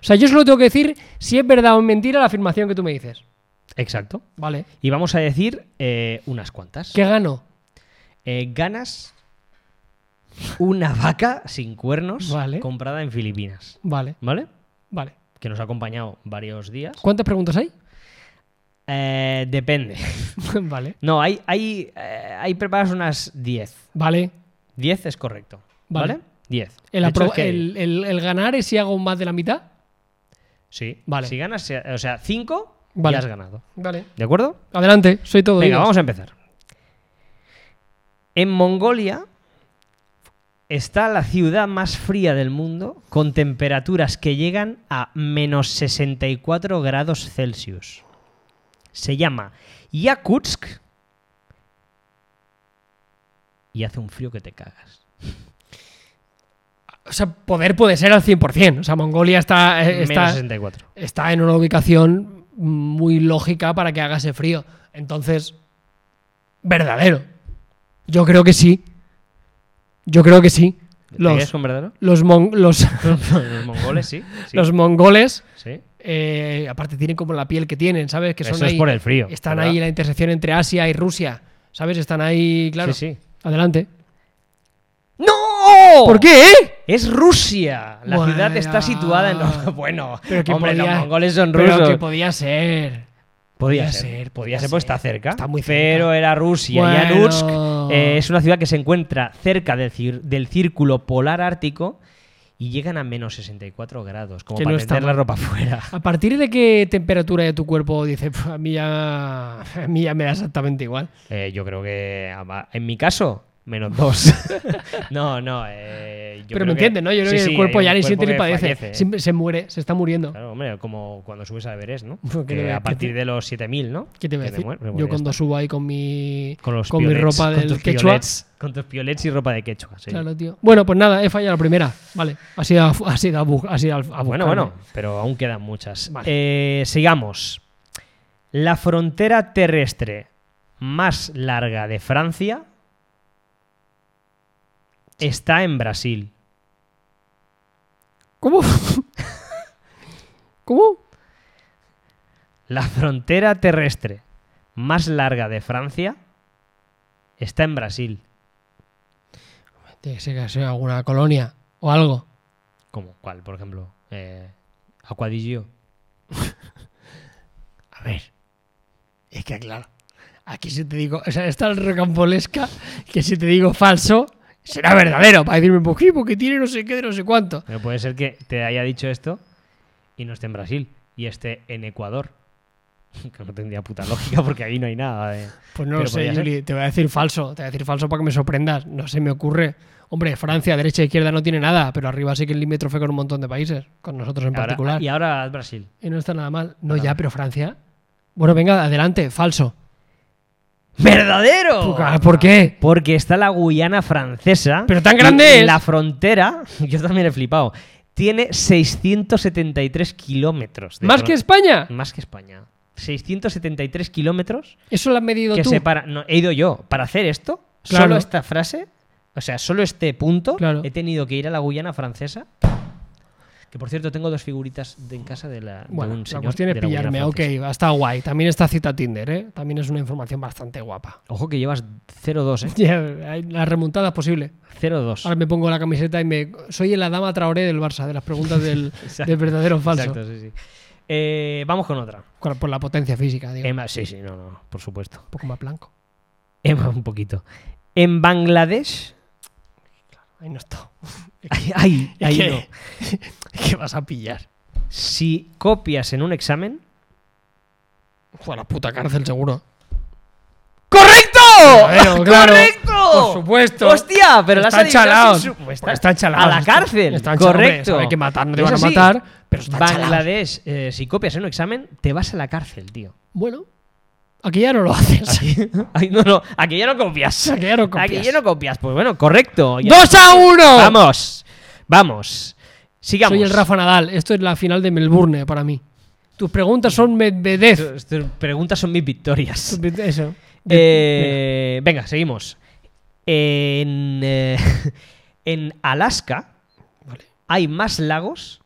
Speaker 2: O sea, yo solo tengo que decir si es verdad o mentira la afirmación que tú me dices.
Speaker 1: Exacto.
Speaker 2: Vale.
Speaker 1: Y vamos a decir eh, unas cuantas.
Speaker 2: ¿Qué gano?
Speaker 1: Eh, ganas una vaca sin cuernos
Speaker 2: Vale.
Speaker 1: comprada en Filipinas.
Speaker 2: Vale,
Speaker 1: ¿Vale?
Speaker 2: vale.
Speaker 1: Que nos ha acompañado varios días.
Speaker 2: ¿Cuántas preguntas hay? [LAUGHS]
Speaker 1: Eh, depende. [LAUGHS]
Speaker 2: vale.
Speaker 1: No, hay, hay, eh, hay preparadas unas 10.
Speaker 2: Vale.
Speaker 1: 10 es correcto.
Speaker 2: Vale.
Speaker 1: ¿Vale? 10.
Speaker 2: El,
Speaker 1: De hecho,
Speaker 2: apro-
Speaker 1: es que-
Speaker 2: el- el- el ganar es si hago más de la mitad.
Speaker 1: Sí.
Speaker 2: Vale.
Speaker 1: Si ganas, eh, o sea, 5
Speaker 2: Vale.
Speaker 1: ya has ganado.
Speaker 2: Vale.
Speaker 1: ¿De acuerdo?
Speaker 2: Adelante, soy todo.
Speaker 1: Venga,
Speaker 2: oídos.
Speaker 1: vamos a empezar. En Mongolia está la ciudad más fría del mundo con temperaturas que llegan a menos 64 grados Celsius. Se llama Yakutsk y hace un frío que te cagas.
Speaker 2: O sea, poder puede ser al 100%. O sea, Mongolia está, eh,
Speaker 1: Menos
Speaker 2: está,
Speaker 1: 64.
Speaker 2: está en una ubicación muy lógica para que haga ese frío. Entonces, verdadero. Yo creo que sí. Yo creo que sí.
Speaker 1: ¿Te quedas
Speaker 2: Los,
Speaker 1: con verdadero?
Speaker 2: los, mon- [LAUGHS] los,
Speaker 1: Los mongoles, sí. sí,
Speaker 2: [LAUGHS] los mongoles,
Speaker 1: sí.
Speaker 2: eh, aparte tienen como la piel que tienen, ¿sabes? Que son
Speaker 1: Eso
Speaker 2: ahí,
Speaker 1: es por el frío.
Speaker 2: Están
Speaker 1: ¿verdad?
Speaker 2: ahí en la intersección entre Asia y Rusia. ¿Sabes? Están ahí, claro.
Speaker 1: Sí, sí.
Speaker 2: Adelante.
Speaker 1: ¡No!
Speaker 2: ¿Por qué, eh?
Speaker 1: Es Rusia. La
Speaker 2: Bueno.
Speaker 1: ciudad está situada en. los- [LAUGHS] Bueno,
Speaker 2: Pero que
Speaker 1: hombre,
Speaker 2: podía-
Speaker 1: los mongoles son
Speaker 2: Pero
Speaker 1: rusos.
Speaker 2: que podía ser.
Speaker 1: podía
Speaker 2: podía
Speaker 1: ser,
Speaker 2: ser, podía
Speaker 1: podía ser, pues
Speaker 2: ser.
Speaker 1: está cerca.
Speaker 2: Está muy
Speaker 1: Pero
Speaker 2: cerca.
Speaker 1: era Rusia.
Speaker 2: Bueno.
Speaker 1: Yanutsk eh, es una ciudad que se encuentra cerca del, cir- del círculo polar ártico y llegan a menos 64 grados, como
Speaker 2: Que
Speaker 1: para
Speaker 2: no está
Speaker 1: meter la
Speaker 2: mal.
Speaker 1: ropa fuera.
Speaker 2: ¿A partir de qué temperatura de tu cuerpo dice, "Pf, a mí ya, [LAUGHS] a mí ya me da exactamente igual?
Speaker 1: Eh, yo creo que, ama- en mi caso,
Speaker 2: [LAUGHS]
Speaker 1: menos dos. [LAUGHS] no, no. eh, yo
Speaker 2: Pero
Speaker 1: creo
Speaker 2: me
Speaker 1: que-
Speaker 2: entiendes, ¿no? Yo creo
Speaker 1: Sí,
Speaker 2: que
Speaker 1: sí,
Speaker 2: el
Speaker 1: hay
Speaker 2: cuerpo
Speaker 1: un
Speaker 2: ya ¿eh? ni siente ni
Speaker 1: que
Speaker 2: padece.
Speaker 1: fallece.
Speaker 2: Se, se muere, se está muriendo.
Speaker 1: Claro, hombre, como cuando subes a Everest, ¿no?
Speaker 2: Uf, [LAUGHS] ¿qué
Speaker 1: Que
Speaker 2: te-
Speaker 1: a
Speaker 2: qué
Speaker 1: partir
Speaker 2: te-
Speaker 1: de los 7000, ¿no?
Speaker 2: ¿Qué te voy a
Speaker 1: Que
Speaker 2: decir?
Speaker 1: muer- bueno,
Speaker 2: Yo
Speaker 1: ya
Speaker 2: cuando
Speaker 1: está.
Speaker 2: subo ahí con mi,
Speaker 1: Con, los
Speaker 2: mi
Speaker 1: piolets,
Speaker 2: ropa
Speaker 1: con
Speaker 2: del
Speaker 1: tus
Speaker 2: quechua.
Speaker 1: piolets, con tus piolets y ropa de quechua, sí.
Speaker 2: Claro, tío. Bueno, pues nada, he fallado la primera. Vale, ha sido, a- ha sido, a, bu- ha sido a, a
Speaker 1: Ah, bueno,
Speaker 2: buscarme.
Speaker 1: bueno, pero aún quedan muchas.
Speaker 2: Vale.
Speaker 1: Eh, sigamos. La frontera terrestre más larga de Francia está en Brasil.
Speaker 2: ¿Cómo? [LAUGHS] ¿Cómo?
Speaker 1: La frontera terrestre más larga de Francia está en Brasil.
Speaker 2: Tiene que ser que ha sido alguna colonia o algo. [LAUGHS]
Speaker 1: ¿Cómo? ¿Cuál, por ejemplo? Eh, Aquadillo.
Speaker 2: A ver, es que claro, aquí si te digo, o sea, esta es rocambolesca, que si te digo falso, será verdadero, para decirme, pues sí, porque tiene no sé qué, de no sé cuánto.
Speaker 1: Pero puede ser que te haya dicho esto y no esté en Brasil y esté en Ecuador. [LAUGHS] Que no tendría puta lógica porque ahí no hay nada. de-
Speaker 2: Pues no
Speaker 1: Pero
Speaker 2: lo sé,
Speaker 1: podría ser.
Speaker 2: Juli, te voy a decir falso, te voy a decir falso para que me sorprendas, no se me ocurre. Hombre, Francia, derecha e izquierda no tiene nada, pero arriba sí que es limítrofe con un montón de países, con nosotros en
Speaker 1: Ahora-
Speaker 2: particular.
Speaker 1: y ahora Brasil.
Speaker 2: Y no está nada mal. No, ya, pero Francia. Bueno, venga, adelante, falso.
Speaker 1: ¡Verdadero!
Speaker 2: Puca, ¿Por qué?
Speaker 1: Porque está la Guyana francesa.
Speaker 2: Pero tan
Speaker 1: y
Speaker 2: grande es.
Speaker 1: La frontera, [LAUGHS] yo también he flipado, tiene 673 kilómetros. de
Speaker 2: ¿Más
Speaker 1: fron-
Speaker 2: que España?
Speaker 1: Más que España. 673 kilómetros
Speaker 2: Eso lo has medido
Speaker 1: que
Speaker 2: tú.
Speaker 1: separa. No, he ido yo. Para hacer esto,
Speaker 2: Claro.
Speaker 1: solo esta frase, o sea, solo este punto,
Speaker 2: Claro.
Speaker 1: he tenido que ir a la Guyana francesa. Que por cierto, tengo dos figuritas de- en casa de, la, de
Speaker 2: Bueno,
Speaker 1: un
Speaker 2: la
Speaker 1: señor.
Speaker 2: cuestión es
Speaker 1: de la Guyana
Speaker 2: pillarme. Ok,
Speaker 1: francesa.
Speaker 2: está guay. También está cita Tinder, ¿eh? También es una información bastante guapa. [LAUGHS]
Speaker 1: Ojo que llevas 0-2, ¿eh?
Speaker 2: Ya, hay La remontada es posible.
Speaker 1: 0-2. [LAUGHS]
Speaker 2: Ahora me pongo la camiseta y me. Soy la dama Traoré del Barça, de las
Speaker 1: [LAUGHS]
Speaker 2: preguntas del, del verdadero o falso.
Speaker 1: Exacto, sí, sí. Eh, vamos con otra.
Speaker 2: Con- Por la potencia física, digo.
Speaker 1: Emma- sí, sí, no, no, por supuesto. [LAUGHS]
Speaker 2: Un poco más blanco.
Speaker 1: Emma, un poquito. En Bangladesh. [LAUGHS]
Speaker 2: Ahí no está.
Speaker 1: Ay,
Speaker 2: [LAUGHS]
Speaker 1: ay, [LAUGHS]
Speaker 2: Es
Speaker 1: ahí
Speaker 2: que-
Speaker 1: no.
Speaker 2: [LAUGHS] ¿Qué vas a pillar?
Speaker 1: Si copias en un examen.
Speaker 2: Fue a la puta cárcel, seguro.
Speaker 1: [LAUGHS]
Speaker 2: ¡Correcto!
Speaker 1: ¡Correcto!
Speaker 2: Por supuesto.
Speaker 1: ¡Hostia! Pero la has
Speaker 2: están
Speaker 1: adivinado
Speaker 2: chalados.
Speaker 1: sin su- Pues
Speaker 2: Porque
Speaker 1: está-
Speaker 2: están chalados.
Speaker 1: A la cárcel.
Speaker 2: Están chalados, hombre,
Speaker 1: Correcto.
Speaker 2: saben que matar no te van a
Speaker 1: Eso sí,
Speaker 2: matar, pero están chalados.
Speaker 1: Bangladesh, eh, si copias en un examen, te vas a la cárcel, tío. [LAUGHS]
Speaker 2: Bueno, aquí ya no lo [LAUGHS] haces.
Speaker 1: Ay, no, no, aquí ya no copias.
Speaker 2: [LAUGHS] Aquí ya no copias.
Speaker 1: Aquí ya no copias. Pues bueno, correcto. Ya-
Speaker 2: ¡Dos a uno!
Speaker 1: Vamos, vamos. Sigamos.
Speaker 2: Soy el Rafa Nadal. Esto es la final de Melbourne para mí. Tus preguntas son Medvedev.
Speaker 1: Tus- Tus preguntas son mis victorias.
Speaker 2: Eso.
Speaker 1: Eh, venga, seguimos. En, eh, [LAUGHS] en Alaska
Speaker 2: Vale.
Speaker 1: hay más lagos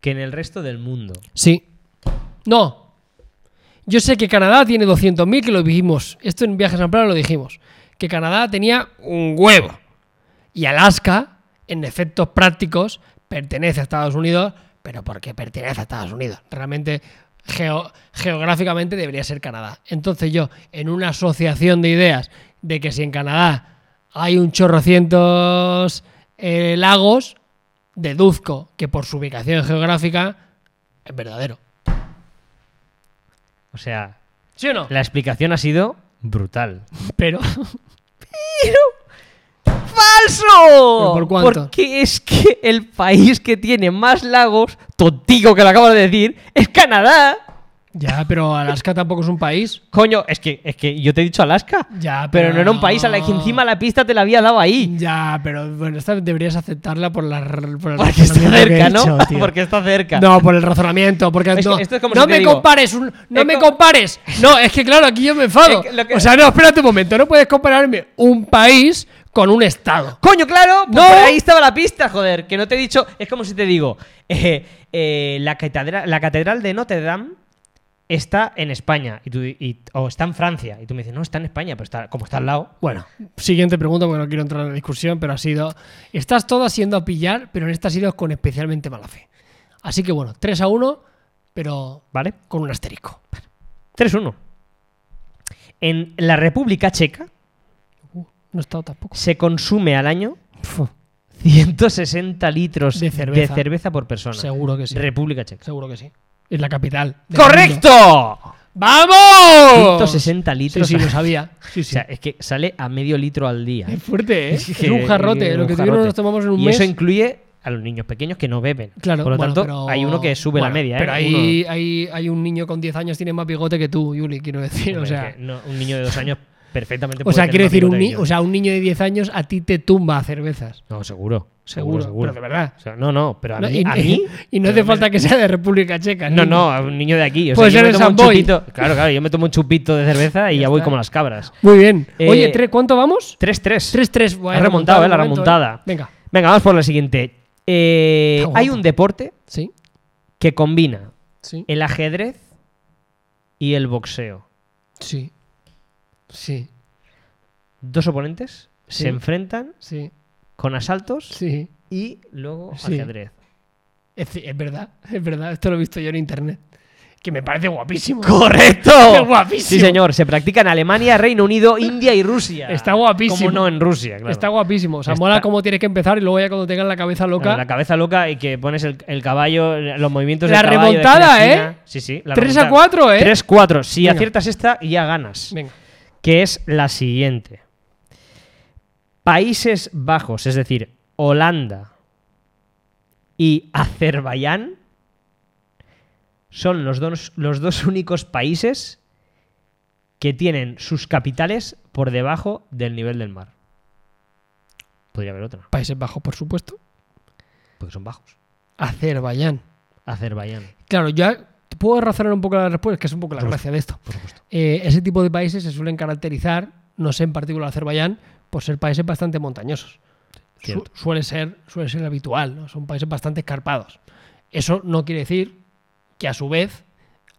Speaker 1: que en el resto del mundo.
Speaker 2: Sí. No. Yo sé que Canadá tiene 200.000, que lo dijimos. Esto en Viajes al Plano lo dijimos. Que Canadá tenía un huevo. Y Alaska, en efectos prácticos, pertenece a Estados Unidos, pero porque pertenece a Estados Unidos. Realmente, geo- geográficamente debería ser Canadá. Entonces yo, en una asociación de ideas de que si en Canadá hay un chorrocientos eh, lagos, deduzco que por su ubicación geográfica es verdadero.
Speaker 1: O sea,
Speaker 2: ¿Sí o no?
Speaker 1: la explicación ha sido brutal.
Speaker 2: Pero [LAUGHS]
Speaker 1: ¡Falso!
Speaker 2: ¿Pero por cuánto?
Speaker 1: Porque es que el país que tiene más lagos, tontico que lo acabo de decir, es Canadá.
Speaker 2: ya, pero Alaska tampoco es un país.
Speaker 1: Coño, es que, es que yo te he dicho Alaska.
Speaker 2: Ya,
Speaker 1: Pero no era un país a la que encima la pista te la había dado ahí.
Speaker 2: Ya, pero bueno, esta deberías aceptarla por la por el
Speaker 1: Porque está
Speaker 2: razonamiento que he
Speaker 1: cerca, ¿no? [LAUGHS]
Speaker 2: hecho, tío.
Speaker 1: Porque está cerca.
Speaker 2: No, por el razonamiento, porque
Speaker 1: Es que
Speaker 2: no,
Speaker 1: esto es como
Speaker 2: no
Speaker 1: si te
Speaker 2: me
Speaker 1: digo-
Speaker 2: compares, un- no
Speaker 1: Es
Speaker 2: me
Speaker 1: como-
Speaker 2: compares. No, es que claro, aquí yo me enfado.
Speaker 1: Es que lo que-
Speaker 2: O sea, no, espérate un momento, no puedes compararme un país con un estado.
Speaker 1: Coño, claro, pues
Speaker 2: No.
Speaker 1: por ahí estaba la pista, joder, que no te he dicho, es como si te digo, [LAUGHS] eh, eh, la, catedral, la catedral de Notre Dame está en España y tú- y- o está en Francia y tú me dices, no, está en España, pero está, como está al lado.
Speaker 2: Bueno, siguiente pregunta porque no quiero entrar en la discusión, pero ha sido estás todas siendo a pillar, pero en esta has sido con especialmente mala fe. Así que bueno, 3 a 1, pero
Speaker 1: ¿Vale?
Speaker 2: con un asterisco.
Speaker 1: 3-1. En la República Checa
Speaker 2: Uh, no he estado tampoco.
Speaker 1: se consume al año 160 litros
Speaker 2: De cerveza.
Speaker 1: por persona.
Speaker 2: Seguro que sí.
Speaker 1: República Checa.
Speaker 2: Seguro que sí. Es la capital. del
Speaker 1: ¡Correcto!
Speaker 2: mundo. ¡Vamos!
Speaker 1: 160
Speaker 2: Sí,
Speaker 1: litros.
Speaker 2: sí, lo sabía. Sí,
Speaker 1: O
Speaker 2: sí.
Speaker 1: sea, es que sale a medio litro al día.
Speaker 2: es fuerte, ¿eh?
Speaker 1: Es que-
Speaker 2: es un jarrote.
Speaker 1: es
Speaker 2: lo
Speaker 1: un
Speaker 2: que tú y yo
Speaker 1: jarrote.
Speaker 2: nos tomamos en un
Speaker 1: y
Speaker 2: mes.
Speaker 1: eso incluye a los niños pequeños que no beben.
Speaker 2: Claro,
Speaker 1: Por lo
Speaker 2: bueno,
Speaker 1: tanto,
Speaker 2: pero-
Speaker 1: hay uno que sube la
Speaker 2: bueno,
Speaker 1: media.
Speaker 2: Pero
Speaker 1: ¿eh?
Speaker 2: hay, hay, hay un niño con 10 años tiene más bigote que tú, Yuli, quiero decir.
Speaker 1: Uno-
Speaker 2: O
Speaker 1: es
Speaker 2: sea,
Speaker 1: que no- un niño de dos años perfectamente
Speaker 2: o
Speaker 1: puede
Speaker 2: sea
Speaker 1: tener
Speaker 2: quiero
Speaker 1: más
Speaker 2: decir, un,
Speaker 1: bigote que
Speaker 2: ni-
Speaker 1: yo. ¿eh?
Speaker 2: o sea, un niño de 10 años a ti te tumba a cervezas.
Speaker 1: No, seguro.
Speaker 2: Seguro,
Speaker 1: Seguro, seguro.
Speaker 2: pero de verdad.
Speaker 1: O sea, no, no, pero a
Speaker 2: No,
Speaker 1: mí.
Speaker 2: y,
Speaker 1: a
Speaker 2: [LAUGHS]
Speaker 1: mí-
Speaker 2: y no hace falta que sea de República Checa.
Speaker 1: No,
Speaker 2: ni-
Speaker 1: no, a un niño de aquí. O sea,
Speaker 2: Puede
Speaker 1: yo
Speaker 2: ser
Speaker 1: me
Speaker 2: el
Speaker 1: tomo un
Speaker 2: Samboy.
Speaker 1: chupito- Claro, claro, yo me tomo un chupito de cerveza y ya, voy como las cabras.
Speaker 2: Muy bien. Oye,
Speaker 1: Eh,
Speaker 2: tres- ¿cuánto vamos?
Speaker 1: 3-3.
Speaker 2: 3-3. Buah,
Speaker 1: Ha remontado, eh, la
Speaker 2: de momento,
Speaker 1: remontada.
Speaker 2: Venga.
Speaker 1: Venga, vamos por la siguiente. Eh,
Speaker 2: Está guapo.
Speaker 1: hay un deporte
Speaker 2: Sí,
Speaker 1: que combina
Speaker 2: sí,
Speaker 1: el ajedrez y el boxeo.
Speaker 2: sí. Sí,
Speaker 1: Dos oponentes
Speaker 2: Sí.
Speaker 1: se enfrentan
Speaker 2: sí,
Speaker 1: con asaltos
Speaker 2: sí.
Speaker 1: y luego
Speaker 2: Sí.
Speaker 1: ajedrez.
Speaker 2: Es, es verdad, es verdad. Esto lo he visto yo en internet. Que me parece guapísimo.
Speaker 1: ¡Correcto! [LAUGHS]
Speaker 2: Qué guapísimo.
Speaker 1: Sí, señor. Se practica en Alemania, Reino Unido, India y Rusia.
Speaker 2: Está guapísimo.
Speaker 1: Como no en Rusia, claro.
Speaker 2: Está guapísimo. O sea,
Speaker 1: Está-
Speaker 2: mola cómo tienes que empezar y luego ya cuando tengas la cabeza loca.
Speaker 1: La cabeza loca y que pones el, el caballo, los movimientos
Speaker 2: La
Speaker 1: del caballo de
Speaker 2: remontada,
Speaker 1: esquina a esquina.
Speaker 2: ¿eh?
Speaker 1: Sí, sí.
Speaker 2: 3 a 4, ¿eh?
Speaker 1: 3-4. Si
Speaker 2: Venga.
Speaker 1: aciertas esta, ya ganas.
Speaker 2: Venga.
Speaker 1: que es la siguiente. Países Bajos, es decir, Holanda y Azerbaiyán son los dos, los dos únicos países que tienen sus capitales por debajo del nivel del mar. Podría haber otra,
Speaker 2: Países Bajos, por supuesto.
Speaker 1: porque son bajos.
Speaker 2: Azerbaiyán.
Speaker 1: Azerbaiyán,
Speaker 2: Claro, ya puedo razonar un poco la respuesta, es que es un poco la
Speaker 1: Por
Speaker 2: gracia de esto.
Speaker 1: por supuesto.
Speaker 2: Eh, ese tipo de países se suelen caracterizar, no sé en particular Azerbaiyán, por ser países bastante montañosos. Su-
Speaker 1: Cierto.
Speaker 2: suele, ser, suele ser habitual, ¿no? son países bastante escarpados. Eso no quiere decir que a su vez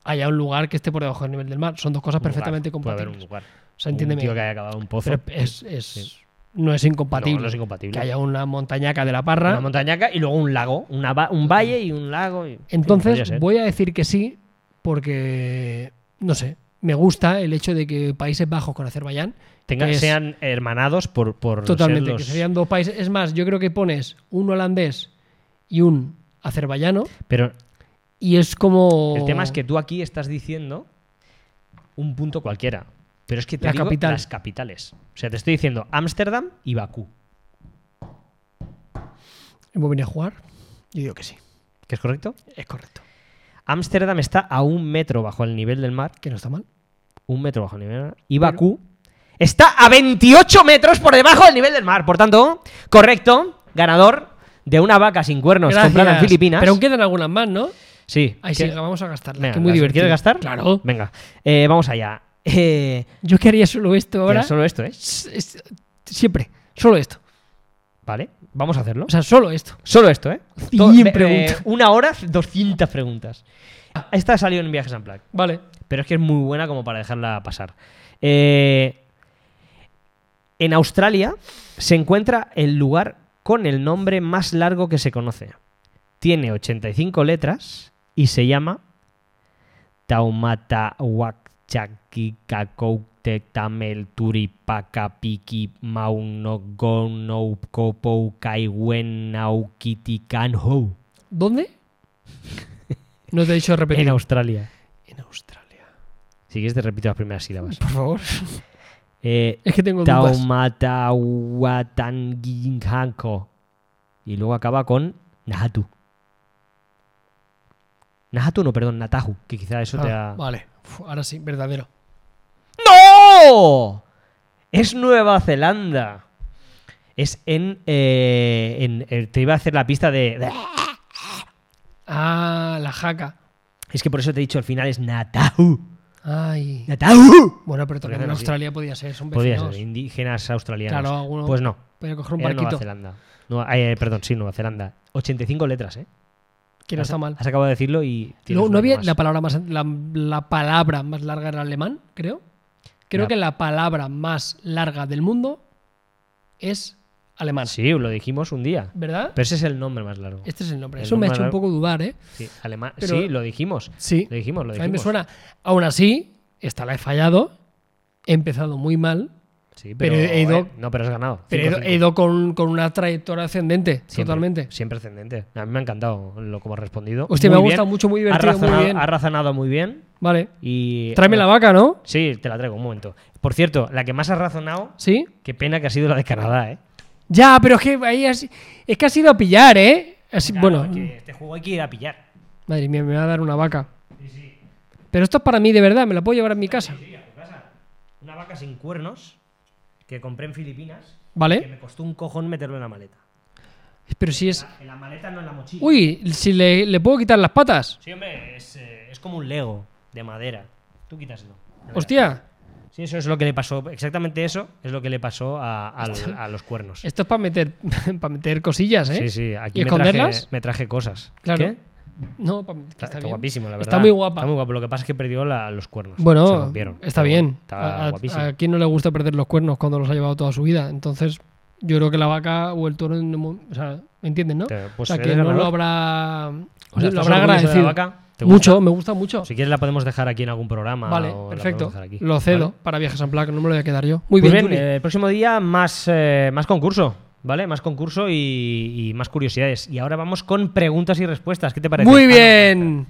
Speaker 2: haya un lugar que esté por debajo del nivel del mar. Son dos cosas perfectamente
Speaker 1: Lugar, puede haber un
Speaker 2: compatibles.
Speaker 1: lugar.
Speaker 2: O sea, entiéndeme.
Speaker 1: Un tío que haya acabado en un pozo.
Speaker 2: Pero es- es-
Speaker 1: Sí.
Speaker 2: no es incompatible.
Speaker 1: No, no es incompatible.
Speaker 2: Que haya una montañaca de la parra.
Speaker 1: Una montañaca y luego un lago, una va- un valle y un lago. y-
Speaker 2: Entonces
Speaker 1: podría ser.
Speaker 2: voy a decir que sí, porque no sé, me gusta el hecho de que Países Bajos con Azerbaiyán
Speaker 1: Tengan-
Speaker 2: que es-
Speaker 1: sean hermanados por, por
Speaker 2: pues, totalmente,
Speaker 1: ser los-
Speaker 2: que serían dos países. Es más, yo creo que pones un holandés y un azerbaiyano
Speaker 1: Pero
Speaker 2: y es como
Speaker 1: el tema es que tú aquí estás diciendo un punto cualquiera. Pero es que te
Speaker 2: La
Speaker 1: digo
Speaker 2: capital.
Speaker 1: las capitales. O sea, te estoy diciendo Ámsterdam y Bakú,
Speaker 2: ¿Hemos venido a jugar? Yo digo que sí,
Speaker 1: ¿que es correcto?
Speaker 2: es correcto,
Speaker 1: Ámsterdam está a un metro bajo el nivel del mar.
Speaker 2: que no está mal.
Speaker 1: Un metro bajo el nivel del mar. Y Bakú está a 28 metros por debajo del nivel del mar. Por tanto, correcto, ganador de una vaca sin cuernos comprada en
Speaker 2: Gracias.
Speaker 1: Filipinas.
Speaker 2: Pero aún quedan algunas más, ¿no?
Speaker 1: Sí.
Speaker 2: Ahí
Speaker 1: que-
Speaker 2: sí, vamos a gastarlas,
Speaker 1: Venga,
Speaker 2: que es muy
Speaker 1: ¿las
Speaker 2: divertido.
Speaker 1: ¿Quieres gastar?
Speaker 2: Claro.
Speaker 1: Venga, eh, vamos allá. Eh,
Speaker 2: Yo que haría solo esto ahora.
Speaker 1: mira, solo esto, ¿eh?
Speaker 2: es- es- siempre, solo esto.
Speaker 1: Vale, vamos a hacerlo.
Speaker 2: O sea, solo esto.
Speaker 1: Solo esto, ¿eh?
Speaker 2: Cien
Speaker 1: To- ve-
Speaker 2: preguntas. Ah.
Speaker 1: eh, una hora, 200 preguntas. Esta salió en Viajes en Plaque,
Speaker 2: Vale.
Speaker 1: pero es que es muy buena como para dejarla pasar. Eh, en Australia se encuentra el lugar con el nombre más largo que se conoce. Tiene 85 letras y se llama Taumata Wakchaki Kakoute Tamel Turipaka Piki Mauno Gonou Kopou Kaiwen Naukitikanhou.
Speaker 2: ¿Dónde? No te he dicho repetir.
Speaker 1: En Australia.
Speaker 2: En Australia.
Speaker 1: Si quieres te repito las primeras sílabas.
Speaker 2: Por favor.
Speaker 1: Eh,
Speaker 2: Es que tengo dudas.
Speaker 1: Taumata Watanginhanko. Y luego acaba con Nahatu. Nahatu, no, perdón, Natahu, que quizá eso te
Speaker 2: Ah,
Speaker 1: ha...
Speaker 2: Vale. Uf, ahora sí, verdadero.
Speaker 1: ¡No! Es Nueva Zelanda. Es en, eh, en- eh, Te iba a hacer la pista de.
Speaker 2: Ah, la jaca.
Speaker 1: Es que por eso te he dicho al final es Natahu.
Speaker 2: Ay.
Speaker 1: ¡Natahu!
Speaker 2: Bueno, pero también en
Speaker 1: Porque eran
Speaker 2: Australia podía ser. Son
Speaker 1: Podía
Speaker 2: vecinos.
Speaker 1: ser, indígenas australianos.
Speaker 2: Claro, alguno.
Speaker 1: Pues no,
Speaker 2: Voy a coger un
Speaker 1: era Nueva
Speaker 2: barquito.
Speaker 1: Zelanda. Nueva- eh, perdón, sí, Nueva Zelanda. 85 letras, ¿eh?
Speaker 2: Que no
Speaker 1: Has-
Speaker 2: está mal.
Speaker 1: Has acabado de decirlo y. tienes
Speaker 2: No,
Speaker 1: un
Speaker 2: no había
Speaker 1: más.
Speaker 2: la palabra más la, la palabra más larga era alemán, creo. Creo
Speaker 1: La-
Speaker 2: que la palabra más larga del mundo es alemán.
Speaker 1: Sí, lo dijimos un día.
Speaker 2: ¿Verdad?
Speaker 1: Pero ese es el nombre más largo.
Speaker 2: Este es el nombre.
Speaker 1: El
Speaker 2: Eso me
Speaker 1: nombre
Speaker 2: ha hecho un
Speaker 1: largo.
Speaker 2: poco dudar, ¿eh?
Speaker 1: Sí, alemán.
Speaker 2: Pero-
Speaker 1: sí, lo dijimos.
Speaker 2: Sí.
Speaker 1: Lo dijimos, lo
Speaker 2: A
Speaker 1: dijimos.
Speaker 2: mí me suena. Aún así, esta la he fallado. He empezado muy mal.
Speaker 1: Sí, pero.
Speaker 2: Pero he ido-
Speaker 1: eh, no, pero has ganado.
Speaker 2: Pero he ido-
Speaker 1: 5-5.
Speaker 2: he ido con, con una trayectoria ascendente.
Speaker 1: Siempre,
Speaker 2: Totalmente.
Speaker 1: Siempre ascendente. A mí me ha encantado lo como has respondido.
Speaker 2: Hostia,
Speaker 1: Muy
Speaker 2: me ha
Speaker 1: bien.
Speaker 2: gustado mucho, muy divertido,
Speaker 1: Has razonado,
Speaker 2: muy bien.
Speaker 1: has razonado muy bien.
Speaker 2: Vale.
Speaker 1: Y. eh,
Speaker 2: Tráeme la vaca, ¿no?
Speaker 1: Sí, te la traigo un momento. Por cierto, la que más has razonado,
Speaker 2: Sí.
Speaker 1: qué pena que ha sido la de Canadá, ¿eh?
Speaker 2: Ya, pero es que ahí has- es que has ido a pillar, ¿eh? Así- bueno,
Speaker 1: Claro, que este juego hay que ir a pillar.
Speaker 2: madre mía, me va a dar una vaca. Pero esto es para mí de verdad, me la puedo llevar a mi casa.
Speaker 1: Una vaca sin cuernos que compré en Filipinas, que
Speaker 2: ¿Vale?
Speaker 1: me costó un cojón meterlo en la maleta.
Speaker 2: Pero si es.
Speaker 1: En la maleta no en la mochila.
Speaker 2: Uy, si le, le puedo quitar las patas.
Speaker 1: Sí, hombre, es, eh, es como un Lego de madera. Tú quítaselo.
Speaker 2: Hostia,
Speaker 1: Sí, eso es lo que le pasó. Exactamente eso es lo que le pasó a, al- a los cuernos.
Speaker 2: esto es para meter, [LAUGHS] para meter cosillas,
Speaker 1: Sí,
Speaker 2: ¿eh?
Speaker 1: sí, aquí
Speaker 2: ¿Y
Speaker 1: me traje,
Speaker 2: esconderlas?
Speaker 1: me traje cosas.
Speaker 2: Claro.
Speaker 1: ¿Qué?
Speaker 2: No, pa- que está,
Speaker 1: Está, está
Speaker 2: bien.
Speaker 1: guapísimo, la verdad.
Speaker 2: Está muy guapa.
Speaker 1: Está muy guapo. Lo que pasa es que perdió la- los cuernos. Se
Speaker 2: Bueno,
Speaker 1: rompieron.
Speaker 2: está
Speaker 1: Pero
Speaker 2: bien.
Speaker 1: Está
Speaker 2: A- a,
Speaker 1: guapísimo.
Speaker 2: a quién no le gusta perder los cuernos cuando los ha llevado toda su vida? Entonces, Yo creo que la vaca o el toro, en el mon- o sea, ¿me entiendes, no?
Speaker 1: Te- pues
Speaker 2: o sea,
Speaker 1: eres
Speaker 2: que no lo
Speaker 1: ganador.
Speaker 2: habrá,
Speaker 1: O sea,
Speaker 2: lo
Speaker 1: ¿estás orgulloso de
Speaker 2: habrá
Speaker 1: la
Speaker 2: agradecido.
Speaker 1: vaca? ¿Te gusta?
Speaker 2: Mucho, me gusta mucho.
Speaker 1: Si quieres la podemos dejar aquí en algún programa.
Speaker 2: vale,
Speaker 1: o la
Speaker 2: perfecto.
Speaker 1: podemos dejar aquí.
Speaker 2: Lo cedo
Speaker 1: Vale.
Speaker 2: para viajes en placa, no me lo voy a quedar yo. Muy
Speaker 1: Pues
Speaker 2: bien,
Speaker 1: bien,
Speaker 2: Juli.
Speaker 1: eh, el próximo día más, eh, más concurso, ¿vale? Más concurso y, y más curiosidades. Y ahora vamos con preguntas y respuestas. ¿Qué te parece?
Speaker 2: Muy
Speaker 1: Ah, no.
Speaker 2: bien.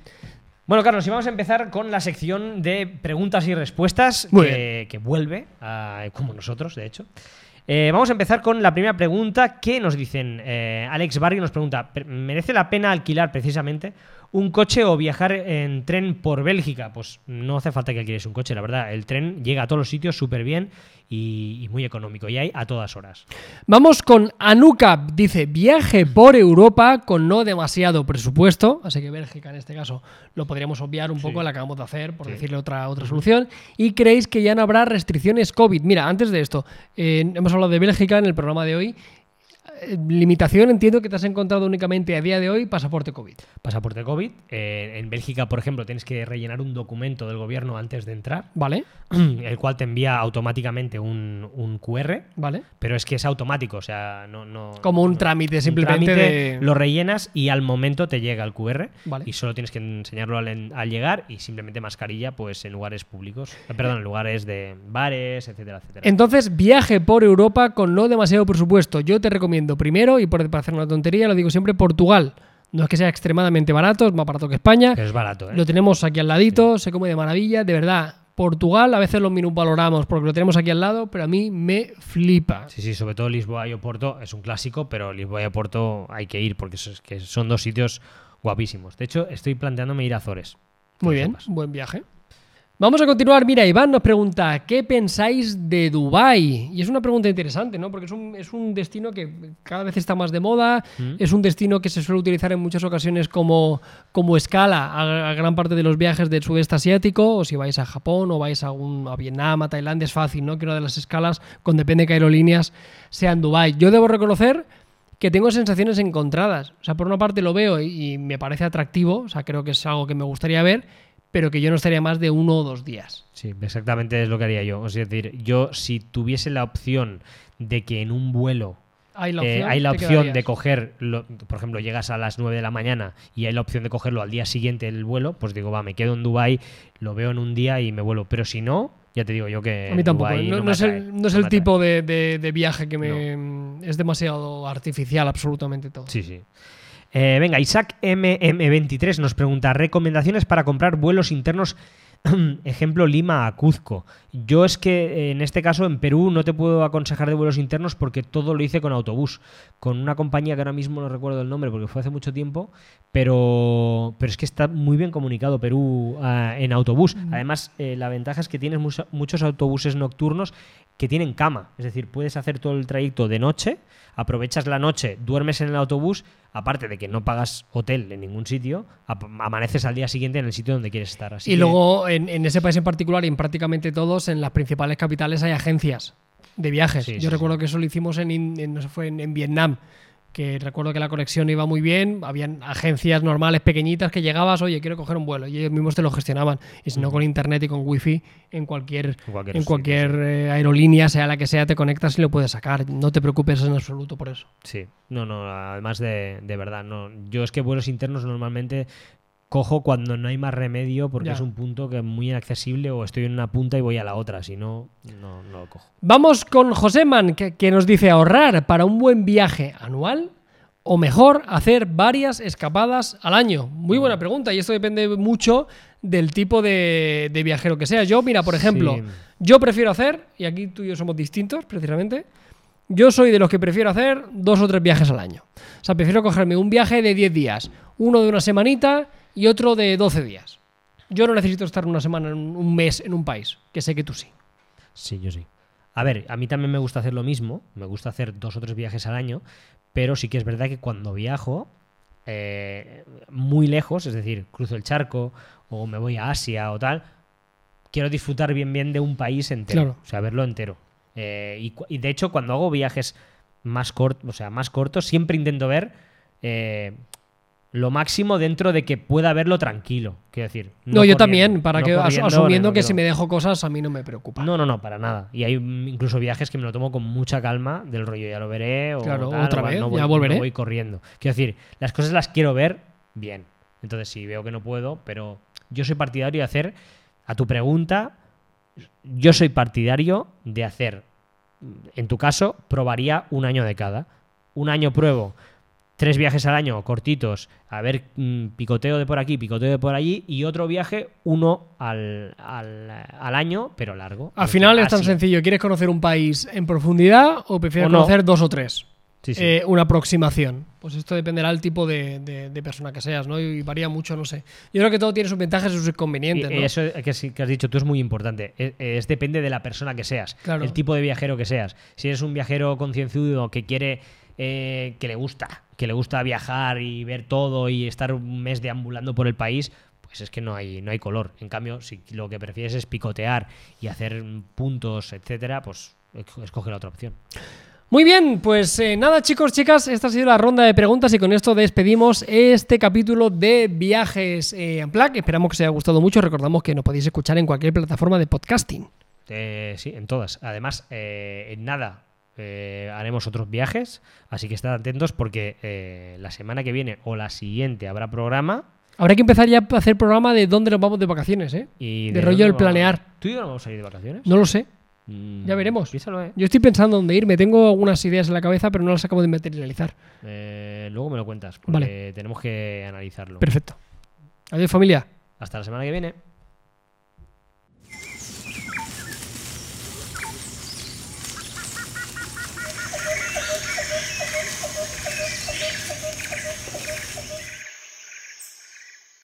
Speaker 1: Bueno, Carlos, y vamos a empezar con la sección de preguntas y respuestas
Speaker 2: Muy
Speaker 1: que, que vuelve, a- como nosotros, de hecho. Eh, vamos a empezar con la primera pregunta que nos dicen. eh, Alex Barrio nos pregunta, "¿Per- ¿merece la pena alquilar precisamente un coche o viajar en tren por Bélgica? Pues no hace falta que alquiles un coche, la verdad. El tren llega a todos los sitios súper bien y, y muy económico. Y hay a todas horas.
Speaker 2: Vamos con Anukap. Dice, viaje por Europa con no demasiado presupuesto. Así que Bélgica en este caso lo podríamos obviar un poco, la acabamos de hacer, por
Speaker 1: Sí.
Speaker 2: decirle otra, otra solución. Y creéis que ya no habrá restricciones COVID. Mira, antes de esto, eh, hemos hablado de Bélgica en el programa de hoy. Eh, Limitación, entiendo que te has encontrado únicamente a día de hoy pasaporte COVID.
Speaker 1: Pasaporte COVID. eh, en Bélgica, por ejemplo, tienes que rellenar un documento del gobierno antes de entrar.
Speaker 2: ¿Vale?
Speaker 1: [CLEARS THROAT] el cual te envía automáticamente un, un QR,
Speaker 2: ¿Vale?
Speaker 1: pero es que es automático, o sea, no... no
Speaker 2: Como un
Speaker 1: no-
Speaker 2: trámite
Speaker 1: un
Speaker 2: simplemente
Speaker 1: trámite,
Speaker 2: de-
Speaker 1: Lo rellenas y al momento te llega el QR
Speaker 2: Vale.
Speaker 1: y solo tienes que enseñarlo al, en- al llegar y simplemente mascarilla pues en lugares públicos, eh, perdón, en lugares de bares, etcétera, etcétera.
Speaker 2: Entonces, viaje por Europa con no demasiado presupuesto. Yo te recomiendo primero, y por, para hacer una tontería, lo digo siempre, Portugal. No es que sea extremadamente barato, es más barato que España.
Speaker 1: Pero es barato, ¿eh?
Speaker 2: Lo tenemos aquí al ladito, se come de maravilla, de verdad. Portugal a veces lo minusvaloramos porque lo tenemos aquí al lado, pero a mí me flipa.
Speaker 1: Sí, sí, sobre todo Lisboa y Oporto es un clásico, pero Lisboa y Oporto hay que ir porque eso es que son dos sitios guapísimos. De hecho, estoy planteándome ir a Azores. que
Speaker 2: Muy
Speaker 1: lo
Speaker 2: bien,
Speaker 1: sepas.
Speaker 2: buen viaje. Vamos a continuar. Mira, Iván nos pregunta, ¿qué pensáis de Dubái? Y es una pregunta interesante, ¿no? Porque es un, es un destino que cada vez está más de moda,
Speaker 1: Mm.
Speaker 2: es un destino que se suele utilizar en muchas ocasiones como, como escala a, a gran parte de los viajes del sudeste asiático, o si vais a Japón o vais a, un- a Vietnam, a Tailandia, es fácil, ¿no? Que una de las escalas, con depende de qué aerolíneas, sea en Dubái. Yo debo reconocer que tengo sensaciones encontradas. O sea, por una parte lo veo y, y me parece atractivo, o sea, creo que es algo que me gustaría ver, pero que yo no estaría más de uno o dos días.
Speaker 1: Sí, exactamente es lo que haría yo. Es decir, yo si tuviese la opción de que en un vuelo
Speaker 2: Hay la
Speaker 1: eh,
Speaker 2: opción,
Speaker 1: hay la
Speaker 2: te
Speaker 1: opción de
Speaker 2: quedarías.
Speaker 1: coger, lo- por ejemplo, llegas a las 9 de la mañana y hay la opción de cogerlo al día siguiente el vuelo, pues digo, va, me quedo en Dubai, lo veo en un día y me vuelvo. Pero si no, ya te digo yo que...
Speaker 2: A mí tampoco.
Speaker 1: Dubái
Speaker 2: No, no
Speaker 1: me
Speaker 2: es el,
Speaker 1: atrae,
Speaker 2: no es
Speaker 1: no
Speaker 2: el
Speaker 1: me atrae.
Speaker 2: tipo de, de- de viaje que me. Es demasiado artificial, absolutamente todo.
Speaker 1: Sí, sí. Eh, venga, Isaac MM23 nos pregunta: recomendaciones para comprar vuelos internos. [CLEARS THROAT] Ejemplo, Lima a Cuzco. Yo es que eh, en este caso en Perú no te puedo aconsejar de vuelos internos porque todo lo hice con autobús, con una compañía que ahora mismo no recuerdo el nombre porque fue hace mucho tiempo, pero, pero es que está muy bien comunicado Perú ah, en autobús. Además, eh, la ventaja es que tienes mucha- muchos autobuses nocturnos que tienen cama. Es decir, puedes hacer todo el trayecto de noche, aprovechas la noche, duermes en el autobús, aparte de que no pagas hotel en ningún sitio, ap- amaneces al día siguiente en el sitio donde quieres estar. Así
Speaker 2: y
Speaker 1: que-
Speaker 2: luego, en, en ese país en particular y en prácticamente todos, en las principales capitales hay agencias de viajes.
Speaker 1: Sí, sí,
Speaker 2: Yo recuerdo que eso lo hicimos en, in- en- no sé, fue en, en Vietnam, que recuerdo que la conexión iba muy bien, habían agencias normales, pequeñitas, que llegabas, oye, quiero coger un vuelo, y ellos mismos te lo gestionaban. Y si no, con internet y con wifi, en cualquier,
Speaker 1: En cualquier
Speaker 2: en
Speaker 1: sitio,
Speaker 2: cualquier eh, aerolínea, sea la que sea, te conectas y lo puedes sacar. No te preocupes en absoluto por eso.
Speaker 1: Sí, no, no, además de, de verdad, no. Yo es que vuelos internos normalmente cojo cuando no hay más remedio porque
Speaker 2: Ya.
Speaker 1: es un punto que es muy inaccesible o estoy en una punta y voy a la otra, si no, no, no lo cojo.
Speaker 2: Vamos con Joseman, que, que nos dice ahorrar para un buen viaje anual o mejor hacer varias escapadas al año. Muy buena pregunta y esto depende mucho del tipo de, de viajero que sea. Yo, mira, por ejemplo,
Speaker 1: Sí.
Speaker 2: yo prefiero hacer, y aquí tú y yo somos distintos precisamente, yo soy de los que prefiero hacer dos o tres viajes al año. O sea, prefiero cogerme un viaje de 10 días, uno de una semanita y otro de 12 días. Yo no necesito estar una semana, un un mes en un país, que sé que tú sí.
Speaker 1: Sí, yo sí. A ver, a mí también me gusta hacer lo mismo, me gusta hacer dos o tres viajes al año, pero sí que es verdad que cuando viajo eh, muy lejos, es decir, cruzo el charco o me voy a Asia o tal, quiero disfrutar bien bien de un país entero,
Speaker 2: Claro.
Speaker 1: o sea, verlo entero. Eh, y, cu- y de hecho, cuando hago viajes más cortos, o sea, más cortos, siempre intento ver eh, lo máximo dentro de que pueda verlo tranquilo. Quiero decir.
Speaker 2: No, yo también,
Speaker 1: corriendo,
Speaker 2: para
Speaker 1: no
Speaker 2: que as-
Speaker 1: corriendo,
Speaker 2: asumiendo
Speaker 1: no,
Speaker 2: que
Speaker 1: no,
Speaker 2: si
Speaker 1: no.
Speaker 2: me dejo cosas a mí no me preocupa.
Speaker 1: No, no, no, para nada. Y hay mm, incluso viajes que me lo tomo con mucha calma, del rollo ya lo veré o
Speaker 2: Claro,
Speaker 1: tal,
Speaker 2: otra
Speaker 1: o
Speaker 2: vez,
Speaker 1: no voy,
Speaker 2: ya volveré.
Speaker 1: no voy corriendo. Quiero decir, las cosas las quiero ver bien. Entonces, si veo que no puedo, pero yo soy partidario de hacer, a tu pregunta, yo soy partidario de hacer, en tu caso, probaría un año de cada. Un año pruebo tres viajes al año cortitos, a ver mm, picoteo de por aquí, picoteo de por allí, y otro viaje, uno al, al, al año, pero largo.
Speaker 2: Al
Speaker 1: Es
Speaker 2: final
Speaker 1: decir,
Speaker 2: es tan
Speaker 1: Asia.
Speaker 2: sencillo. ¿Quieres conocer un país en profundidad o
Speaker 1: O
Speaker 2: prefieres
Speaker 1: no.
Speaker 2: conocer dos o tres?
Speaker 1: Sí, sí.
Speaker 2: Eh, una aproximación. Pues esto dependerá del tipo de, de- de persona que seas, ¿no? Y varía mucho, no sé. Yo creo que todo tiene sus ventajas y sus
Speaker 1: Y-
Speaker 2: inconvenientes,
Speaker 1: y
Speaker 2: ¿no?
Speaker 1: Eso que, sí- que has dicho tú es muy importante. Es, es- depende de la persona que seas,
Speaker 2: Claro.
Speaker 1: el tipo de viajero que seas. Si eres un viajero concienzudo que quiere, eh, que le gusta, que le gusta viajar y ver todo y estar un mes deambulando por el país, pues es que no hay, no hay color. En cambio, si lo que prefieres es picotear y hacer mm, puntos, etcétera, pues esco- escoge la otra opción.
Speaker 2: Muy bien, pues eh, nada chicos, chicas, esta ha sido la ronda de preguntas y con esto despedimos este capítulo de viajes eh, en Plaque. Esperamos que os haya gustado mucho. Recordamos que nos podéis escuchar en cualquier plataforma de podcasting.
Speaker 1: Eh, sí, en todas. Además, eh, en nada eh, haremos otros viajes, así que estad atentos porque eh, la semana que viene o la siguiente habrá programa.
Speaker 2: Habrá que empezar ya a hacer programa de dónde nos vamos de vacaciones, ¿eh?
Speaker 1: Y
Speaker 2: De rollo
Speaker 1: dónde
Speaker 2: el
Speaker 1: vamos-
Speaker 2: planear.
Speaker 1: ¿Tú y yo no vamos a ir de vacaciones?
Speaker 2: No lo sé.
Speaker 1: Mm,
Speaker 2: ya veremos.
Speaker 1: Piénsalo, eh.
Speaker 2: Yo estoy pensando dónde irme. Tengo algunas ideas en la cabeza, pero no las acabo de materializar.
Speaker 1: Eh, luego me lo cuentas, porque tenemos que analizarlo.
Speaker 2: Perfecto. Adiós familia.
Speaker 1: Hasta la semana que viene.